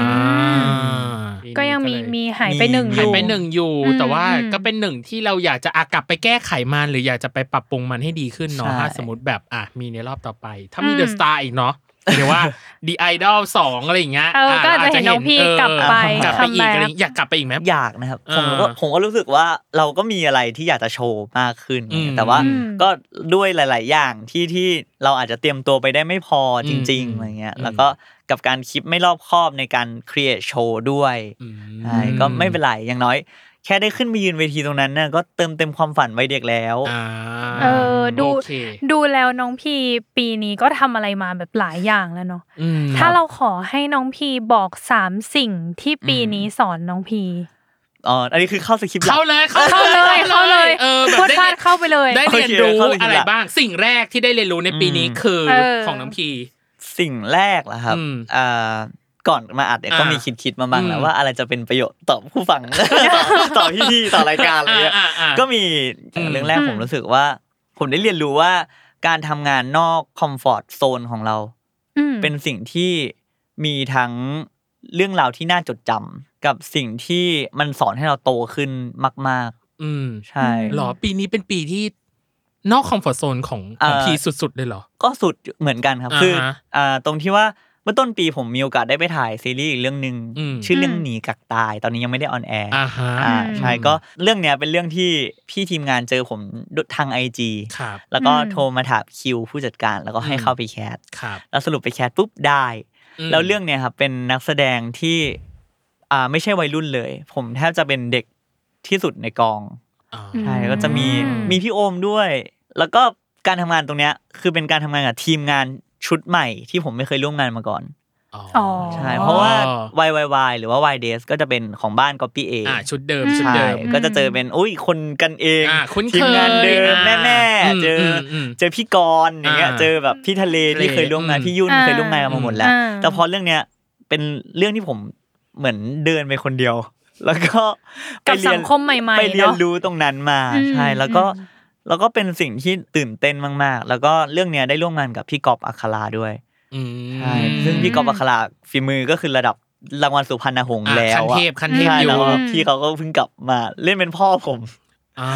Speaker 2: ก็ยังมี
Speaker 1: เล
Speaker 2: มีหายไปหนึ่งอ
Speaker 1: หาย
Speaker 2: ยู่
Speaker 1: ไปหนึ่งอยู่
Speaker 2: อืม
Speaker 1: แต่ว่า
Speaker 2: อืม
Speaker 1: ก็เป็นหนึ่งที่เราอยากจะอะกลับไปแก้ไขมันหรืออยากจะไปปรับปรุงมันให้ดีขึ้นเนาะ
Speaker 3: ใช่
Speaker 1: ถ้าสมมติแบบอ่ะมีในรอบต่อไป ถ้ามีเดอะสตาร์อีกเนาะหรือว่าดีไอดอลสองอะไรอย่างเงี้ย
Speaker 2: เออก็อาจจะเห็นน้องพี่
Speaker 1: เ
Speaker 2: กลับไป
Speaker 1: กลับไปอีก
Speaker 2: comeback
Speaker 1: อะไรอย่างอยากกลับไปอีกไหม
Speaker 3: อยากนะครับผม
Speaker 1: เออ
Speaker 3: ก็ผมก็รู้สึกว่าเราก็มีอะไรที่อยากจะโชว์มากขึ้น
Speaker 1: อืม
Speaker 3: แต่ว่า
Speaker 2: อืม
Speaker 3: ก็ด้วยหลาย ๆ อย่างที่ที่เราอาจจะเตรียมตัวไปได้ไม่พอจริง
Speaker 1: อื
Speaker 3: ๆ
Speaker 1: ม
Speaker 3: อะไรเงี้ย
Speaker 1: อืม
Speaker 3: แล้วก็กับการคิดไม่รอบคอบในการครีเอทโชว์ด้วย
Speaker 1: อืม
Speaker 3: ใช่ก็ไม่เป็นไรอย่างน้อย แค่ได้ขึ้นไปยืนเวทีตรงนั้นน่ะก็เติมเต็มความฝันไว้เด็กแล้ว
Speaker 1: อ่า
Speaker 2: เออดู
Speaker 1: โอเค
Speaker 2: ดูแล้วน้องพีปีนี้ก็ทำอะไรมาแบบหลายอย่างแล้วเนาะ
Speaker 1: อืม
Speaker 2: ถ้าเราขอให้น้องพีบอกสามสิ่งที่ปี
Speaker 1: อืม
Speaker 2: นี้สอนน้องพี
Speaker 3: อ๋อ อันนี้คือเข้าสคริปต์หลั
Speaker 1: เข้าก เลยเข้า
Speaker 2: เข้าเลยเข้าเลย
Speaker 1: เออแบบ
Speaker 2: พูด
Speaker 1: ได้
Speaker 2: พลาดเข้าไปเลย
Speaker 1: ได้เรียนรู้
Speaker 3: โอเคเข้าเลย
Speaker 1: อะไรบ้าง สิ่งแรกที่ได้เรียนรู้ในปีนี้
Speaker 3: อืม
Speaker 1: คือ
Speaker 2: เออ
Speaker 1: ของน้ำพี
Speaker 3: สิ่งแรกเหรอครับ
Speaker 1: อืม
Speaker 3: อ่าก่อนมาอัดเนี่ยก็
Speaker 1: อ่ามี
Speaker 3: มีคิดคิดๆมาบ้างแหล้
Speaker 1: อื
Speaker 3: ว
Speaker 1: ม
Speaker 3: ว่าอะไรจะเป็นประโยชน์ต่อผู้ฟัง ต่อต่อพี่ๆต่อรายการอะไรเงี้ย
Speaker 1: อ่าอ่า
Speaker 3: ก็มี
Speaker 1: อืม
Speaker 3: เรื่องแรก
Speaker 2: อืม
Speaker 3: ผมรู้สึกว่า ผมได้เรียนรู้ว่าการทำงานนอกคอมฟอร์ตโซนของเรา
Speaker 2: อืม
Speaker 3: เป็นสิ่งที่มีทั้งเรื่องราวที่น่าจดจำกับสิ่งที่มันสอนให้เราโตขึ้นมาก
Speaker 1: อืม
Speaker 3: ๆ ใช่
Speaker 2: อืม
Speaker 1: หรอปีนี้เป็นปีที่นอกคอมฟอร์ทโซนของ
Speaker 3: เอ่
Speaker 1: ข
Speaker 3: อ
Speaker 1: องพีสุดๆเลยเหรอ
Speaker 3: ก็สุดเหมือนกันครับ
Speaker 1: อ่าฮะ
Speaker 3: คืออ่าตรงที่ว่าเมื่อต้นปีผมมีโอกาสได้ไปถ่ายซีรีส์อีกเรื่องหนึ่ง
Speaker 1: อืม
Speaker 3: ชื่อเรื่อง
Speaker 2: อืม
Speaker 3: หนีกักตายตอนนี้ยังไม่ได้ออนแอร์
Speaker 1: อ่าฮะ
Speaker 3: อ่าใช่
Speaker 1: อืม
Speaker 3: ก็เรื่องเนี้ยเป็นเรื่องที่พี่ทีมงานเจอผมทางไอจี
Speaker 1: ครับ
Speaker 3: แล้วก็
Speaker 2: อืม
Speaker 3: โทรมาถามคิวผู้จัดการแล้วก็ให้
Speaker 1: อืม
Speaker 3: เข้าไปแคส
Speaker 1: ครับ
Speaker 3: แล้วสรุปไปแคสปุ๊บได้
Speaker 1: อืม
Speaker 3: แล้วเรื่องเนี่ยครับเป็นนักแสดงที่อ่าไม่ใช่วัยรุ่นเลย ผมแทบจะเป็นเด็กที่สุดในกอง
Speaker 1: อ่า
Speaker 3: ใช่ก็จะมี
Speaker 2: อืม
Speaker 3: มีพี่โอมด้วย แล้วก็การทำงานตรงเนี้ยคือเป็นการทำงานกับทีมงานชุดใหม่ที่ผมไม่เคยร่วมงานมาก่อน
Speaker 2: อ๋อ
Speaker 3: ใช่เพราะว่า y y y หรือว่า y d a y s ก็จะเป็นของบ้าน Copy A
Speaker 1: อ่าชุดเดิม
Speaker 2: อืม
Speaker 1: ชุด
Speaker 3: ใช่
Speaker 1: เดิม
Speaker 3: ก็จะเจอเป็นอุ้ยคนกันเอง
Speaker 1: อ่าคุ้นเคย
Speaker 3: ทีมงานเดิม
Speaker 1: อ่า
Speaker 3: แม่
Speaker 1: อืม
Speaker 3: ๆเจออ
Speaker 1: มอืม
Speaker 3: เจอพี่กรณ์อย่างเงี้ย
Speaker 1: อ่า
Speaker 3: เจอแบบพี่ทะเล
Speaker 1: ทะเล
Speaker 3: ที่เคยร่วมงาน
Speaker 1: อืม
Speaker 3: พี่ยุ่น
Speaker 2: อ่า
Speaker 3: เคยร่วมงานกันมาหมดแล้ว
Speaker 2: อ่า
Speaker 3: แต่พอเรื่องเนี้ยเป็นเรื่องที่ผมเหมือนเดินไปคนเดียว แล้วก็ไป
Speaker 2: กับ
Speaker 3: เรี
Speaker 2: สั
Speaker 3: ยน
Speaker 2: งคมใหม่
Speaker 3: ไป
Speaker 2: ๆ
Speaker 3: เรียน
Speaker 2: เนาะ
Speaker 3: รู้ตรงนั้นมา
Speaker 2: อืม
Speaker 3: ใช่แล้วก็
Speaker 2: อืม
Speaker 3: แล้วก็เป็นสิ่งที่ตื่นเต้นมากๆ แล้วก็เรื่องเนี้ยได้ร่วมงานกับพี่กอบอัคราด้วย
Speaker 1: อืม
Speaker 3: ใช่ซึ่งพี่กอบอัคราฝีมือก็คือระดับรางวัลสุพรรณหงส์
Speaker 1: อ่า
Speaker 3: แล้ว
Speaker 1: ขั้น
Speaker 3: อะ
Speaker 1: เทพขั้นเทพ
Speaker 3: ใช่
Speaker 1: อยู่
Speaker 3: แล้วก็พี่เขาก็เพิ่งกลับมาเล่นเป็นพ่อผม
Speaker 1: อ่า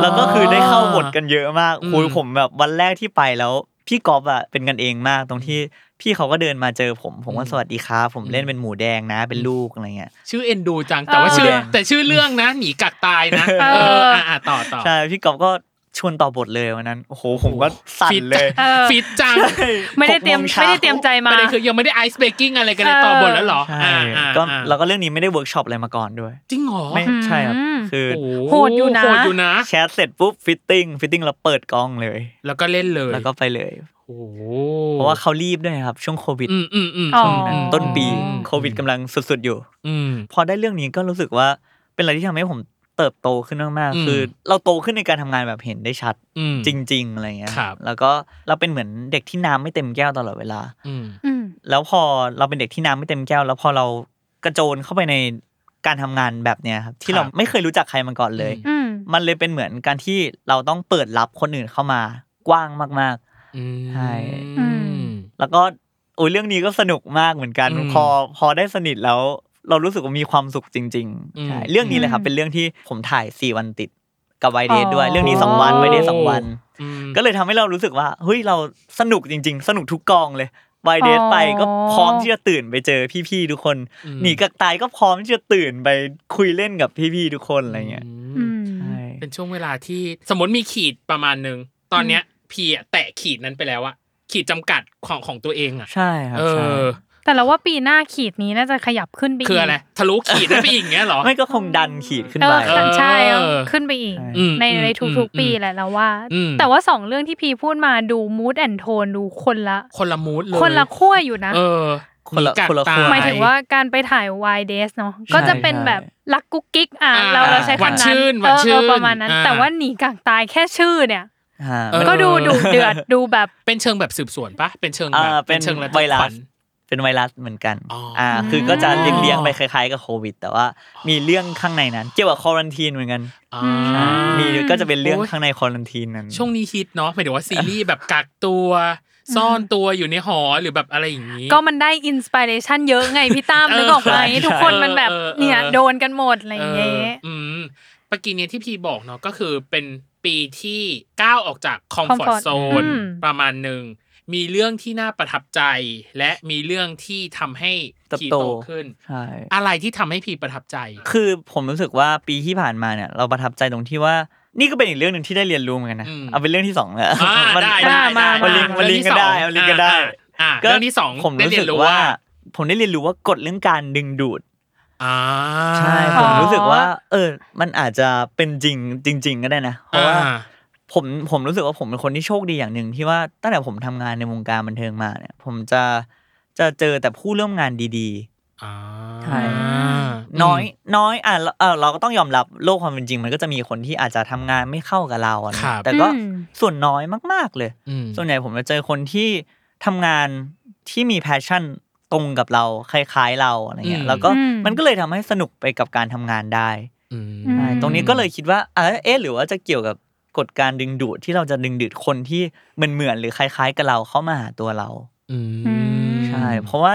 Speaker 3: แล้วก็คือได้เข้าบทกันเยอะมาก
Speaker 1: อืม
Speaker 3: คุยผมแบบวันแรกที่ไปแล้ว พี่กอบอะเป็นกันเองมากตรงที่พี่เขาก็เดินมาเจอผม ผมก็สวัสดีครับผมเล่นเป็นหมูแดงนะเป็นลูกอะไรเงี้ย
Speaker 1: ชื่อเอ็นดูจังแต่ว่า
Speaker 2: เออ
Speaker 1: ชื่อ
Speaker 3: แดง
Speaker 1: แต่ชื่อเรื่องนะหนีกักตายนะ
Speaker 2: เอ
Speaker 1: เออ
Speaker 2: อ
Speaker 1: อ่ะอ่ะต่อต่อ
Speaker 3: ใช่พี่กอบก็ชวนต่อบทเลยวันนั้นโอ้โหผมก็สั่น
Speaker 1: ฟิต
Speaker 3: เล
Speaker 1: จั
Speaker 3: ย
Speaker 1: ง
Speaker 2: เออ
Speaker 1: ฟิตจัง
Speaker 2: ไม่ได้เตรียม
Speaker 3: หกโงช้า
Speaker 2: ไม่ได้เตรียมใจ
Speaker 1: ป
Speaker 2: มา
Speaker 1: ระเด็นคือยังไม่ได้ไอซ์เบรกกิ้งอะไรกันเลยต่อบนแล้วเหรอ
Speaker 3: ใช่
Speaker 1: อ่าอ่า
Speaker 3: ก็
Speaker 1: อ่า
Speaker 3: เราก็เรื่องนี้ไม่ได้เวิร์กช็อปอะไรมาก่อนด้วย
Speaker 1: จริงเหรอ
Speaker 3: ไม่ใช่ครับ
Speaker 2: อืม
Speaker 3: คือ
Speaker 1: ห
Speaker 2: โหดอยู่นะ
Speaker 1: โหดอยู่นะ
Speaker 3: แชทเสร็จปุ๊บฟิตติ้งฟิตติ้งเราเปิดกล้องเลย
Speaker 1: แล้วก็เล่นเลย
Speaker 3: แล้วก็ไปเลย
Speaker 1: โอ้โห
Speaker 3: เพราะว่าเขารีบด้วยครับ ช่วงโควิด
Speaker 1: อืมอืมอืม
Speaker 2: อ๋อ
Speaker 3: ช่วงนั้นต้นปี
Speaker 1: อืม
Speaker 3: โควิดกำลังสุดๆอยู่
Speaker 1: อืม
Speaker 3: พอได้เรื่องนี้ก็รู้สึกว่าเป็นอะไรที่ทำให้ผมเติบโตขึ้นมาก
Speaker 1: อืม
Speaker 3: ๆคือ เราโตขึ้นในการทำงานแบบเห็นได้ชัด
Speaker 1: อืม
Speaker 3: จริง ๆ อะไรเงี้ย
Speaker 1: ครับ
Speaker 3: แล้วก็เราเป็นเหมือนเด็กที่น้ำไม่เต็มแก้วตลอดเวลา
Speaker 1: อืม
Speaker 2: อืม
Speaker 3: แล้วพอเราเป็นเด็กที่น้ำไม่เต็มแก้ว แล้วพอเรากระโจนเข้าไปในการทำงานแบบเนี้ยครับที่เรา
Speaker 1: ครับ
Speaker 3: ไม่เคยรู้จักใครมาก่อนเลย
Speaker 2: อืม
Speaker 3: มันเลยเป็นเหมือนการที่เราต้องเปิดรับคนอื่นเข้ามากว้างมาก ใช่
Speaker 2: อืม
Speaker 3: ๆ แล้วก็โอ้ยเรื่องนี้ก็สนุกมากเหมือนกัน
Speaker 1: อืม
Speaker 3: พอพอได้สนิทแล้ว เรารู้สึกว่ามีความสุขจริง
Speaker 1: อืม
Speaker 3: ๆใช่เรื่องนี้เลยครับ
Speaker 2: อืม
Speaker 3: เป็นเรื่องที่ผมถ่ายสี่วันติดกับไวเดทด้วย
Speaker 2: อ๋อ
Speaker 3: เรื่องนี้สองวันไวเดทสองวัน
Speaker 1: อืม
Speaker 3: ก็เลยทำให้เรารู้สึกว่าเฮ้ยเราสนุกจริง ๆ สนุกทุกกองเลยไวเดทไปก็พร้อมที่จะตื่นไปเจอพี่ๆทุกคน
Speaker 1: อืม
Speaker 3: หนีกักตายก็พร้อมที่จะตื่นไปคุยเล่นกับพี่ๆทุกคนอะไรเงี้ย
Speaker 2: อืม
Speaker 3: ใช่
Speaker 1: เป็นช่วงเวลาที่สมมติมีขีดประมาณหนึ่งตอนเนี้ยพีอะแตะขีดนั้นไปแล้วอะขีดจำกัดของของตัวเองอะ
Speaker 3: ใช่ครับ
Speaker 1: เอ
Speaker 3: ใช่
Speaker 1: อ
Speaker 2: แต่เราว่าปีหน้าขีดนี้น่าจะขยับขึ้นไปอีก
Speaker 1: คืออะไรทะลุขีดนั้นไปอีกอย่างเงี้ยเหรอ
Speaker 3: ไม่ก็คงดันขีดขึ้น
Speaker 2: เอ
Speaker 3: ไป
Speaker 2: อค่ะใช่
Speaker 1: เออ
Speaker 2: ขึ้นไปอีก
Speaker 1: อืม
Speaker 2: ในใน
Speaker 1: อืม
Speaker 2: ทุก
Speaker 1: อืม
Speaker 2: ๆปีแหละเราว่า
Speaker 1: อืม
Speaker 2: แต่ว่าสองเรื่องที่พีพูดมาดูมูดแอนโทนดูคนละ
Speaker 1: คนละมูดเลย
Speaker 2: คนละขั้วอยู่นะ
Speaker 1: เออ
Speaker 3: คนละ
Speaker 1: หกัด
Speaker 3: คนละ
Speaker 1: ต
Speaker 3: ขั้ว
Speaker 2: หมายถึงว่าการไปถ่ายวายเดสเนาะก็จะเป็นแบบรักกุ๊กกิ๊กอ่ะ
Speaker 1: อ่า
Speaker 2: เราเราใช้
Speaker 1: หวาน
Speaker 2: คำ
Speaker 1: ชื่
Speaker 2: นั้น น
Speaker 1: หวาน
Speaker 2: เออ
Speaker 1: ชื่น
Speaker 2: เออประมาณนั้น
Speaker 1: อ่า
Speaker 2: แต่ว่าหนีกักตายแค่ชื่อเนี่ย
Speaker 3: ฮะ
Speaker 1: เออ
Speaker 2: ก็ดูดูเดือด ดูแบบ
Speaker 1: เป็นเชิงแบบสืบสวนปะเป็นเชิง
Speaker 3: อ่า
Speaker 1: แบบ
Speaker 3: เป็น
Speaker 1: เชิงระด
Speaker 3: ไวรั
Speaker 1: ม
Speaker 3: ส
Speaker 1: ควัน
Speaker 3: เป็นไวรัสเหมือนกัน
Speaker 1: อ๋ออ่
Speaker 3: ่า คือก็จะเลี้ยงๆไปคล้ายๆกับโควิด แต่ว่ามีเรื่องข้างในนั้น เกี่ยวกับควอรันทีนเหมือนกัน
Speaker 1: อ่า
Speaker 3: อ่ามีก็จะเป็นเรื่อง
Speaker 1: โอ้ย
Speaker 3: ข้างในควอรันทีนนั้น
Speaker 1: ช่วงนี้ฮิตเนาะหมายถึงว่าซีรีส์แบบกักตัวซ่อนตัวอยู่ในหอหรือแบบอะไรอย่างนี้
Speaker 2: ก็มันได้อินสปิเรชันเยอะไงพี่ตั้ม
Speaker 1: เออ
Speaker 2: นึกออกไหม
Speaker 3: ใช่
Speaker 2: ทุกคนมันแบบ
Speaker 1: เออเออ
Speaker 2: เนี่ยโดนกันหมดอะไรอย่างเงี้ย
Speaker 1: อออืมปกีเนี้ยที่พี่บอกเนาะก็คือเป็นปีที่ก้าวออกจากคอมฟอร์
Speaker 2: comfort
Speaker 1: ทโซน
Speaker 2: อืม
Speaker 1: ประมาณหนึ่ง มีเรื่องที่น่าประทับใจ และมีเรื่องที่ทำให้
Speaker 3: เติบ
Speaker 1: พี
Speaker 3: โต
Speaker 1: โตขึ้น
Speaker 3: ใช่
Speaker 1: อะไรที่ทำให้พีประทับใจ
Speaker 3: คือผมรู้สึกว่าปีที่ผ่านมาเนี่ย เราประทับใจตรงที่ว่า นี่ก็เป็นอีกเรื่องหนึ่งที่ได้เรียนรู้เหมือนกันนะ
Speaker 1: อืม
Speaker 3: เอาเป็นเรื่องที่สองเลย
Speaker 1: อ่าได้
Speaker 3: มัน
Speaker 1: ได้ได้
Speaker 3: มันลิงก์มันลิงก์กันได้
Speaker 1: เรื่อน ง
Speaker 3: มั
Speaker 1: ที่
Speaker 3: ลิงก์กันได้
Speaker 1: สองอ่าอ่าเรื่องที่สอง
Speaker 3: ผม
Speaker 1: ได้
Speaker 3: รู้
Speaker 1: เรีย
Speaker 3: สึก
Speaker 1: นรู้
Speaker 3: ว่า
Speaker 1: ว่า
Speaker 3: ผมได้เรียนรู้ว่ากฎเรื่องการดึงดูด
Speaker 1: อ่า
Speaker 3: ใช่ผ
Speaker 2: อ๋อ
Speaker 3: มรู้สึกว่า เออ มันอาจจะเป็นจริงจริง ๆ ก็ได้นะ เพราะว่า
Speaker 1: อ่า
Speaker 3: ผมผมรู้สึกว่าผมเป็นคนที่โชคดีอย่างหนึ่งที่ว่าตั้งแต่ผมทำงานในวงการบันเทิงมาเนี่ย ผมจะจะเจอแต่ผู้ร่วมงานดี
Speaker 1: อ่า
Speaker 3: ๆ น้อย น้อยอ่ะเราเออเราก็ต้องยอมรับโลกความเป็นจริง มันก็จะมีคนที่อาจจะทำงานไม่เข้ากับเราอะนะแต่ก็
Speaker 2: อืม
Speaker 3: ส่วนน้อยมาก ๆเลย
Speaker 1: อืม
Speaker 3: ส่วนใหญ่ผมจะเจอคนที่ทำงานที่มีแพชชั่นตรงกับเราคล้ายๆเราอะไรเงี้ยแล้วก็
Speaker 2: อืม
Speaker 3: มันก็เลยทำให้สนุกไปกับการทำงานได้
Speaker 1: อืม
Speaker 2: อืม
Speaker 3: ใช่ตรงนี้ก็เลยคิดว่าเอะเอ๊ะหรือว่าจะเกี่ยวกับกฎการดึงดูดที่เราจะดึงดูดคนที่เหมือนเหมือนๆหรือคล้ายๆ กับเราเข้ามาหาตัวเรา
Speaker 1: อืม
Speaker 3: ใช่เพราะว่า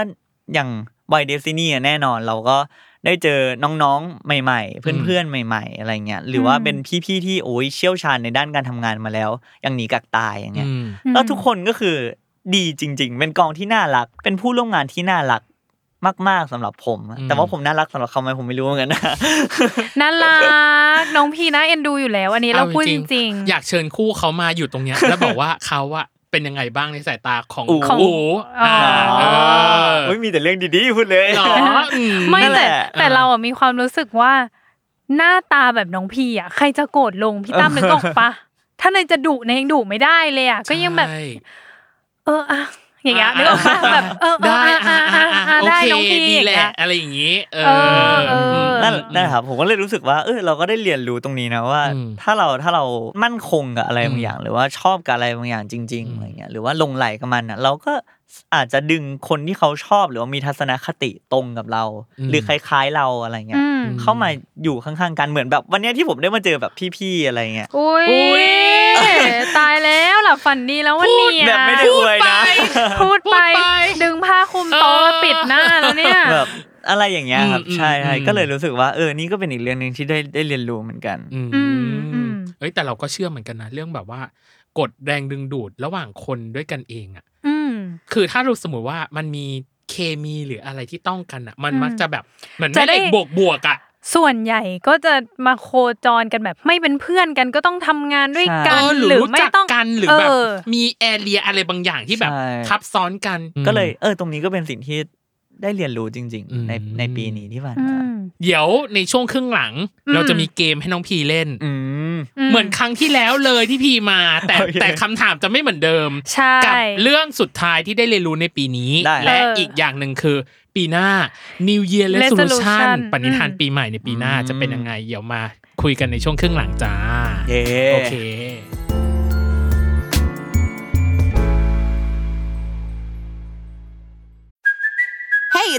Speaker 3: อย่างวัยเดซินี่แน่นอนเราก็ได้เจอน้องๆใหม่ ๆ เพื่อนๆใหม่ ๆ อะไรเงี้ยหรือว่า
Speaker 2: อืม
Speaker 3: เป็นพี่ๆที่โอ้ยเชี่ยวชาญในด้านการทำงานมาแล้ว อย่างหนีกักตายอย่างเงี้ย
Speaker 1: อืม
Speaker 3: แล้วทุกคนก็คือดีจริง ๆ เป็นกองที่น่ารัก เป็นผู้ร่วมงานที่น่ารักมาก ๆสำหรับผมอะแต่ว่าผมน่ารักสำหรับเขาไหมผมไม่รู้เหมือนกันนะ
Speaker 2: น่ารักน้องพีน่าเอ็นดูอยู่แล้ว อันนี้เราพูดจริง ๆ
Speaker 1: อยากเชิญคู่เขามาอยู่ตรงเนี้ย แล้วบอกว่าเขาอะเป็นยังไงบ้างในสายตาของ
Speaker 3: อู๋
Speaker 1: ของอู
Speaker 2: อ๋ออ่
Speaker 1: าเออ
Speaker 3: เฮ้ยมีแต่เรื่องดีๆพูดเลย
Speaker 1: เหรออืม
Speaker 2: ไม่
Speaker 3: นั่นแห
Speaker 2: แต่
Speaker 3: ละ
Speaker 2: แต่เราอ่ะมีความรู้สึกว่า หน้าตาแบบน้องพีอ่ะใครจะโกรธลงพี่ตั้มนึกออกปะถ้าในจะดุในยยังดุไม่ได้เลยอ่ะก็ยังแบบ เอออะอย่างเงี้ย
Speaker 1: อ่ะ
Speaker 2: นึกออกปะแบบเออเออ
Speaker 1: ได้
Speaker 2: อ่ะอ่ะ
Speaker 1: อ่า
Speaker 2: อ่ะอ่ะ
Speaker 1: โอ
Speaker 2: ได้
Speaker 1: เค
Speaker 2: น้องพี
Speaker 1: ดี
Speaker 2: อย่าง
Speaker 1: แห
Speaker 2: เงี้
Speaker 1: ละ
Speaker 2: ย
Speaker 1: อะไรอย่างนี้ เออ
Speaker 2: เออเออ
Speaker 1: ม
Speaker 3: นั่นนั่นแหละครับผมก็เลยรู้สึกว่าเออเราก็ได้เรียนรู้ตรงนี้นะว่า
Speaker 1: อืม
Speaker 3: ถ้าเราถ้าเรามั่นคงกับอะไร
Speaker 1: อืม
Speaker 3: บางอย่าง หรือว่าชอบกับอะไรบางอย่างจริง
Speaker 1: อื
Speaker 3: ๆ
Speaker 1: ม
Speaker 3: อะไรเงี้ยหรือว่าหลงไหลกับมันอ่ะเราก็อาจจะดึงคนที่เขาชอบหรือว่ามีทัศนคติตรงกับเรา หรือคล้ายๆเราอะไรเงี้ย
Speaker 2: อืม
Speaker 3: เข้ามาอยู่ข้างๆกันเหมือนแบบวันเนี้ยที่ผมได้มาเจอแบบพี่ๆอะไรเงี้ย
Speaker 2: อุ้ย
Speaker 1: อุ๊ย
Speaker 2: ตายแล้วหลับฝันดีแล้ววันนี้
Speaker 3: แบบไม่ได้อวยนะ
Speaker 2: พูดไป
Speaker 1: พูดไป
Speaker 2: ดึงผ้าคลุมโต๊ะ
Speaker 1: เออ
Speaker 2: มาปิดหน้าแล้วเนี่ย
Speaker 3: แบบอะไรอย่างเงี้ยครับ
Speaker 1: อืม
Speaker 3: ใช่ใช่
Speaker 1: อืม
Speaker 3: ก็เลยรู้สึกว่าเออนี่ก็เป็นอีกเรื่องหนึ่งที่ได้ได้เรียนรู้เหมือนกัน
Speaker 1: อืม
Speaker 2: อืมอืม
Speaker 1: เอ้ยแต่เราก็เชื่อเหมือนกันนะ เรื่องแบบว่ากดแรงดึงดูดระหว่างคนด้วยกันเองอะ
Speaker 2: อืม
Speaker 1: คือถ้ารู้สมมติว่ามันมีเคมีหรืออะไรที่ต้องกันอ่ะ มัน
Speaker 2: อืม
Speaker 1: มักจะแบบเหมือน
Speaker 2: จะ
Speaker 1: แม่
Speaker 2: ได้
Speaker 1: เหล็กบวกบวกๆอ่ะ
Speaker 2: ส่วนใหญ่ก็จะมาโคจรกันแบบไม่เป็นเพื่อนกันก็ต้องทำงานด้วยกั
Speaker 1: เอนอหรือรู้
Speaker 2: ไม่
Speaker 1: จัก
Speaker 2: ต้อง
Speaker 1: กันหรือแบบ
Speaker 2: เอ
Speaker 1: มีแอเรียอะไรบางอย่างที่แบบ
Speaker 3: ใช่
Speaker 1: ทับซ้อนกัน
Speaker 3: ก็เลยเออตรงนี้ก็เป็นสิ่งที่ได้เรียนรู้จริง
Speaker 1: อืม
Speaker 3: ๆ ในในปีนี้ที่ผ่าน
Speaker 2: อื
Speaker 3: มาม
Speaker 1: เดี๋ยวในช่วงครึ่งหลัง
Speaker 2: อืม
Speaker 1: เราจะมีเกมให้น้องพีเล่น
Speaker 3: อืม
Speaker 1: เหมือนครั้งที่แล้วเลยที่พีมา แต่
Speaker 3: โอเค
Speaker 1: แต่คำถามจะไม่เหมือนเดิม
Speaker 2: ใช่
Speaker 1: กับเรื่องสุดท้ายที่ได้เรียนรู้ในปีนี้
Speaker 3: ได้
Speaker 1: และ
Speaker 2: เอออี
Speaker 1: อีกอย่างหนึ่งคือ ปีหน้า New Year
Speaker 2: Resolution
Speaker 1: Resolution ปณิธาน
Speaker 2: อืม
Speaker 1: ปีใหม่ในปีหน้าจะเป็นยังไงเดี๋ยวมา คุยกันในช่วงครึ่งหลังจ้า
Speaker 3: เย้
Speaker 1: โอเค
Speaker 4: Hey,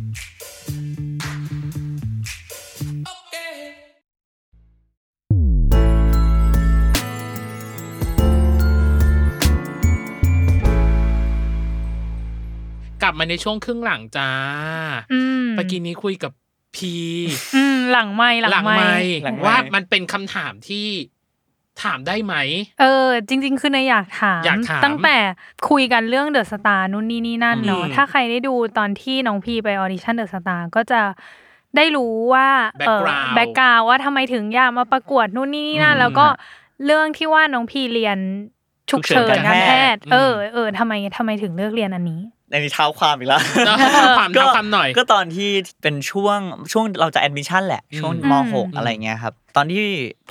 Speaker 1: บมาในช่วงครึ่งหลังจ้า
Speaker 2: อืม
Speaker 1: เมื่อกี้นี้คุยกับ พี
Speaker 2: อืมหลังไม่หลัง
Speaker 1: ไม
Speaker 2: ไม่
Speaker 1: ค์ว่ามันเป็นคำถามที่ถามได้ ไหม
Speaker 2: เออ จริง ๆ คือในยอยากถาม
Speaker 1: อยากถาม
Speaker 2: ตั้งแต่คุยกันเรื่องเดอะสตาร์นู่นนี่นี่นั่นเนาะ
Speaker 1: อืม
Speaker 2: ถ้าใครได้ดูตอนที่น้องพีไปออดิชั่นเดอะสตาร์ก็จะได้รู้ว่าเออ
Speaker 1: Background
Speaker 2: แบ็กกราวว่าทำไมถึงอยากมาประกวดนู่นนี่นี่นั่น
Speaker 1: อืม
Speaker 2: แล้วก็เรื่องที่ว่าน้องพีเรียนฉุกเฉิ
Speaker 3: ฉุก
Speaker 2: น
Speaker 3: เฉิน
Speaker 2: กา
Speaker 3: การร
Speaker 2: แพ
Speaker 3: แพ
Speaker 2: ท
Speaker 3: ทย์
Speaker 2: ย์เออเออทำไมทำไมถึงเลือกเรียนอันนี้
Speaker 3: ในนี้เท้าความอีกแล้ว
Speaker 1: เนอะเท้าความ
Speaker 3: ก็
Speaker 1: เท้าความหน่อย
Speaker 3: ก็ตอนที่เป็นช่วงช่วงเราจะแอดมิชชั่นแหละ ช่วง
Speaker 1: อืม
Speaker 3: ม
Speaker 1: อืม
Speaker 3: .6 อะไรเงี้ยครับ ตอนที่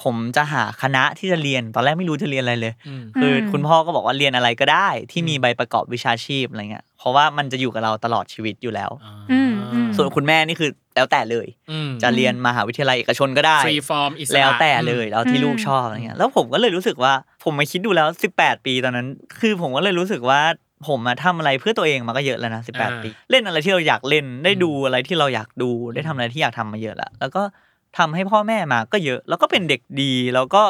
Speaker 3: ผมจะหาคณะที่จะเรียน ตอนแรกไม่รู้จะเรียนอะไรเลย
Speaker 1: อืม
Speaker 3: คืออ
Speaker 2: ม
Speaker 3: คุณพ่อก็บอกว่าเรียนอะไรก็ได้ ที่มีใบประกอบวิชาชีพอะไรเงี้ยเพราะว่ามันจะอยู่กับเราตลอดชีวิตอยู่แล้ว
Speaker 2: อืมอืม
Speaker 3: ส่วนคุณแม่นี่คือแล้วแต่เลย
Speaker 1: อืม
Speaker 3: จะเรียนมหาวิทยาลัยเอกชนก็ได้
Speaker 1: Free form อิสระ
Speaker 3: แล้วแต่เลยแล้ว
Speaker 2: อื
Speaker 3: ที่
Speaker 2: ม
Speaker 3: ลูกชอบอะไรเงี้ยแล้วผมก็เลยรู้สึกว่าผมมาคิดดูแล้ว 18 ปีตอนนั้น คือผมก็เลยรู้สึกว่าผมมาทำอะไรเพื่อตัวเองมาก็เยอะแล้วนะ
Speaker 1: อ่า
Speaker 3: 18 ปี เล่นอะไรที่เราอยากเล่นได้ดูอะไรที่เราอยากดูได้ทำอะไรที่อยากทำมาเยอะละแล้วก็ทำให้พ่อแม่มาก็เยอะ แล้วก็เป็นเด็กดีแล้วก็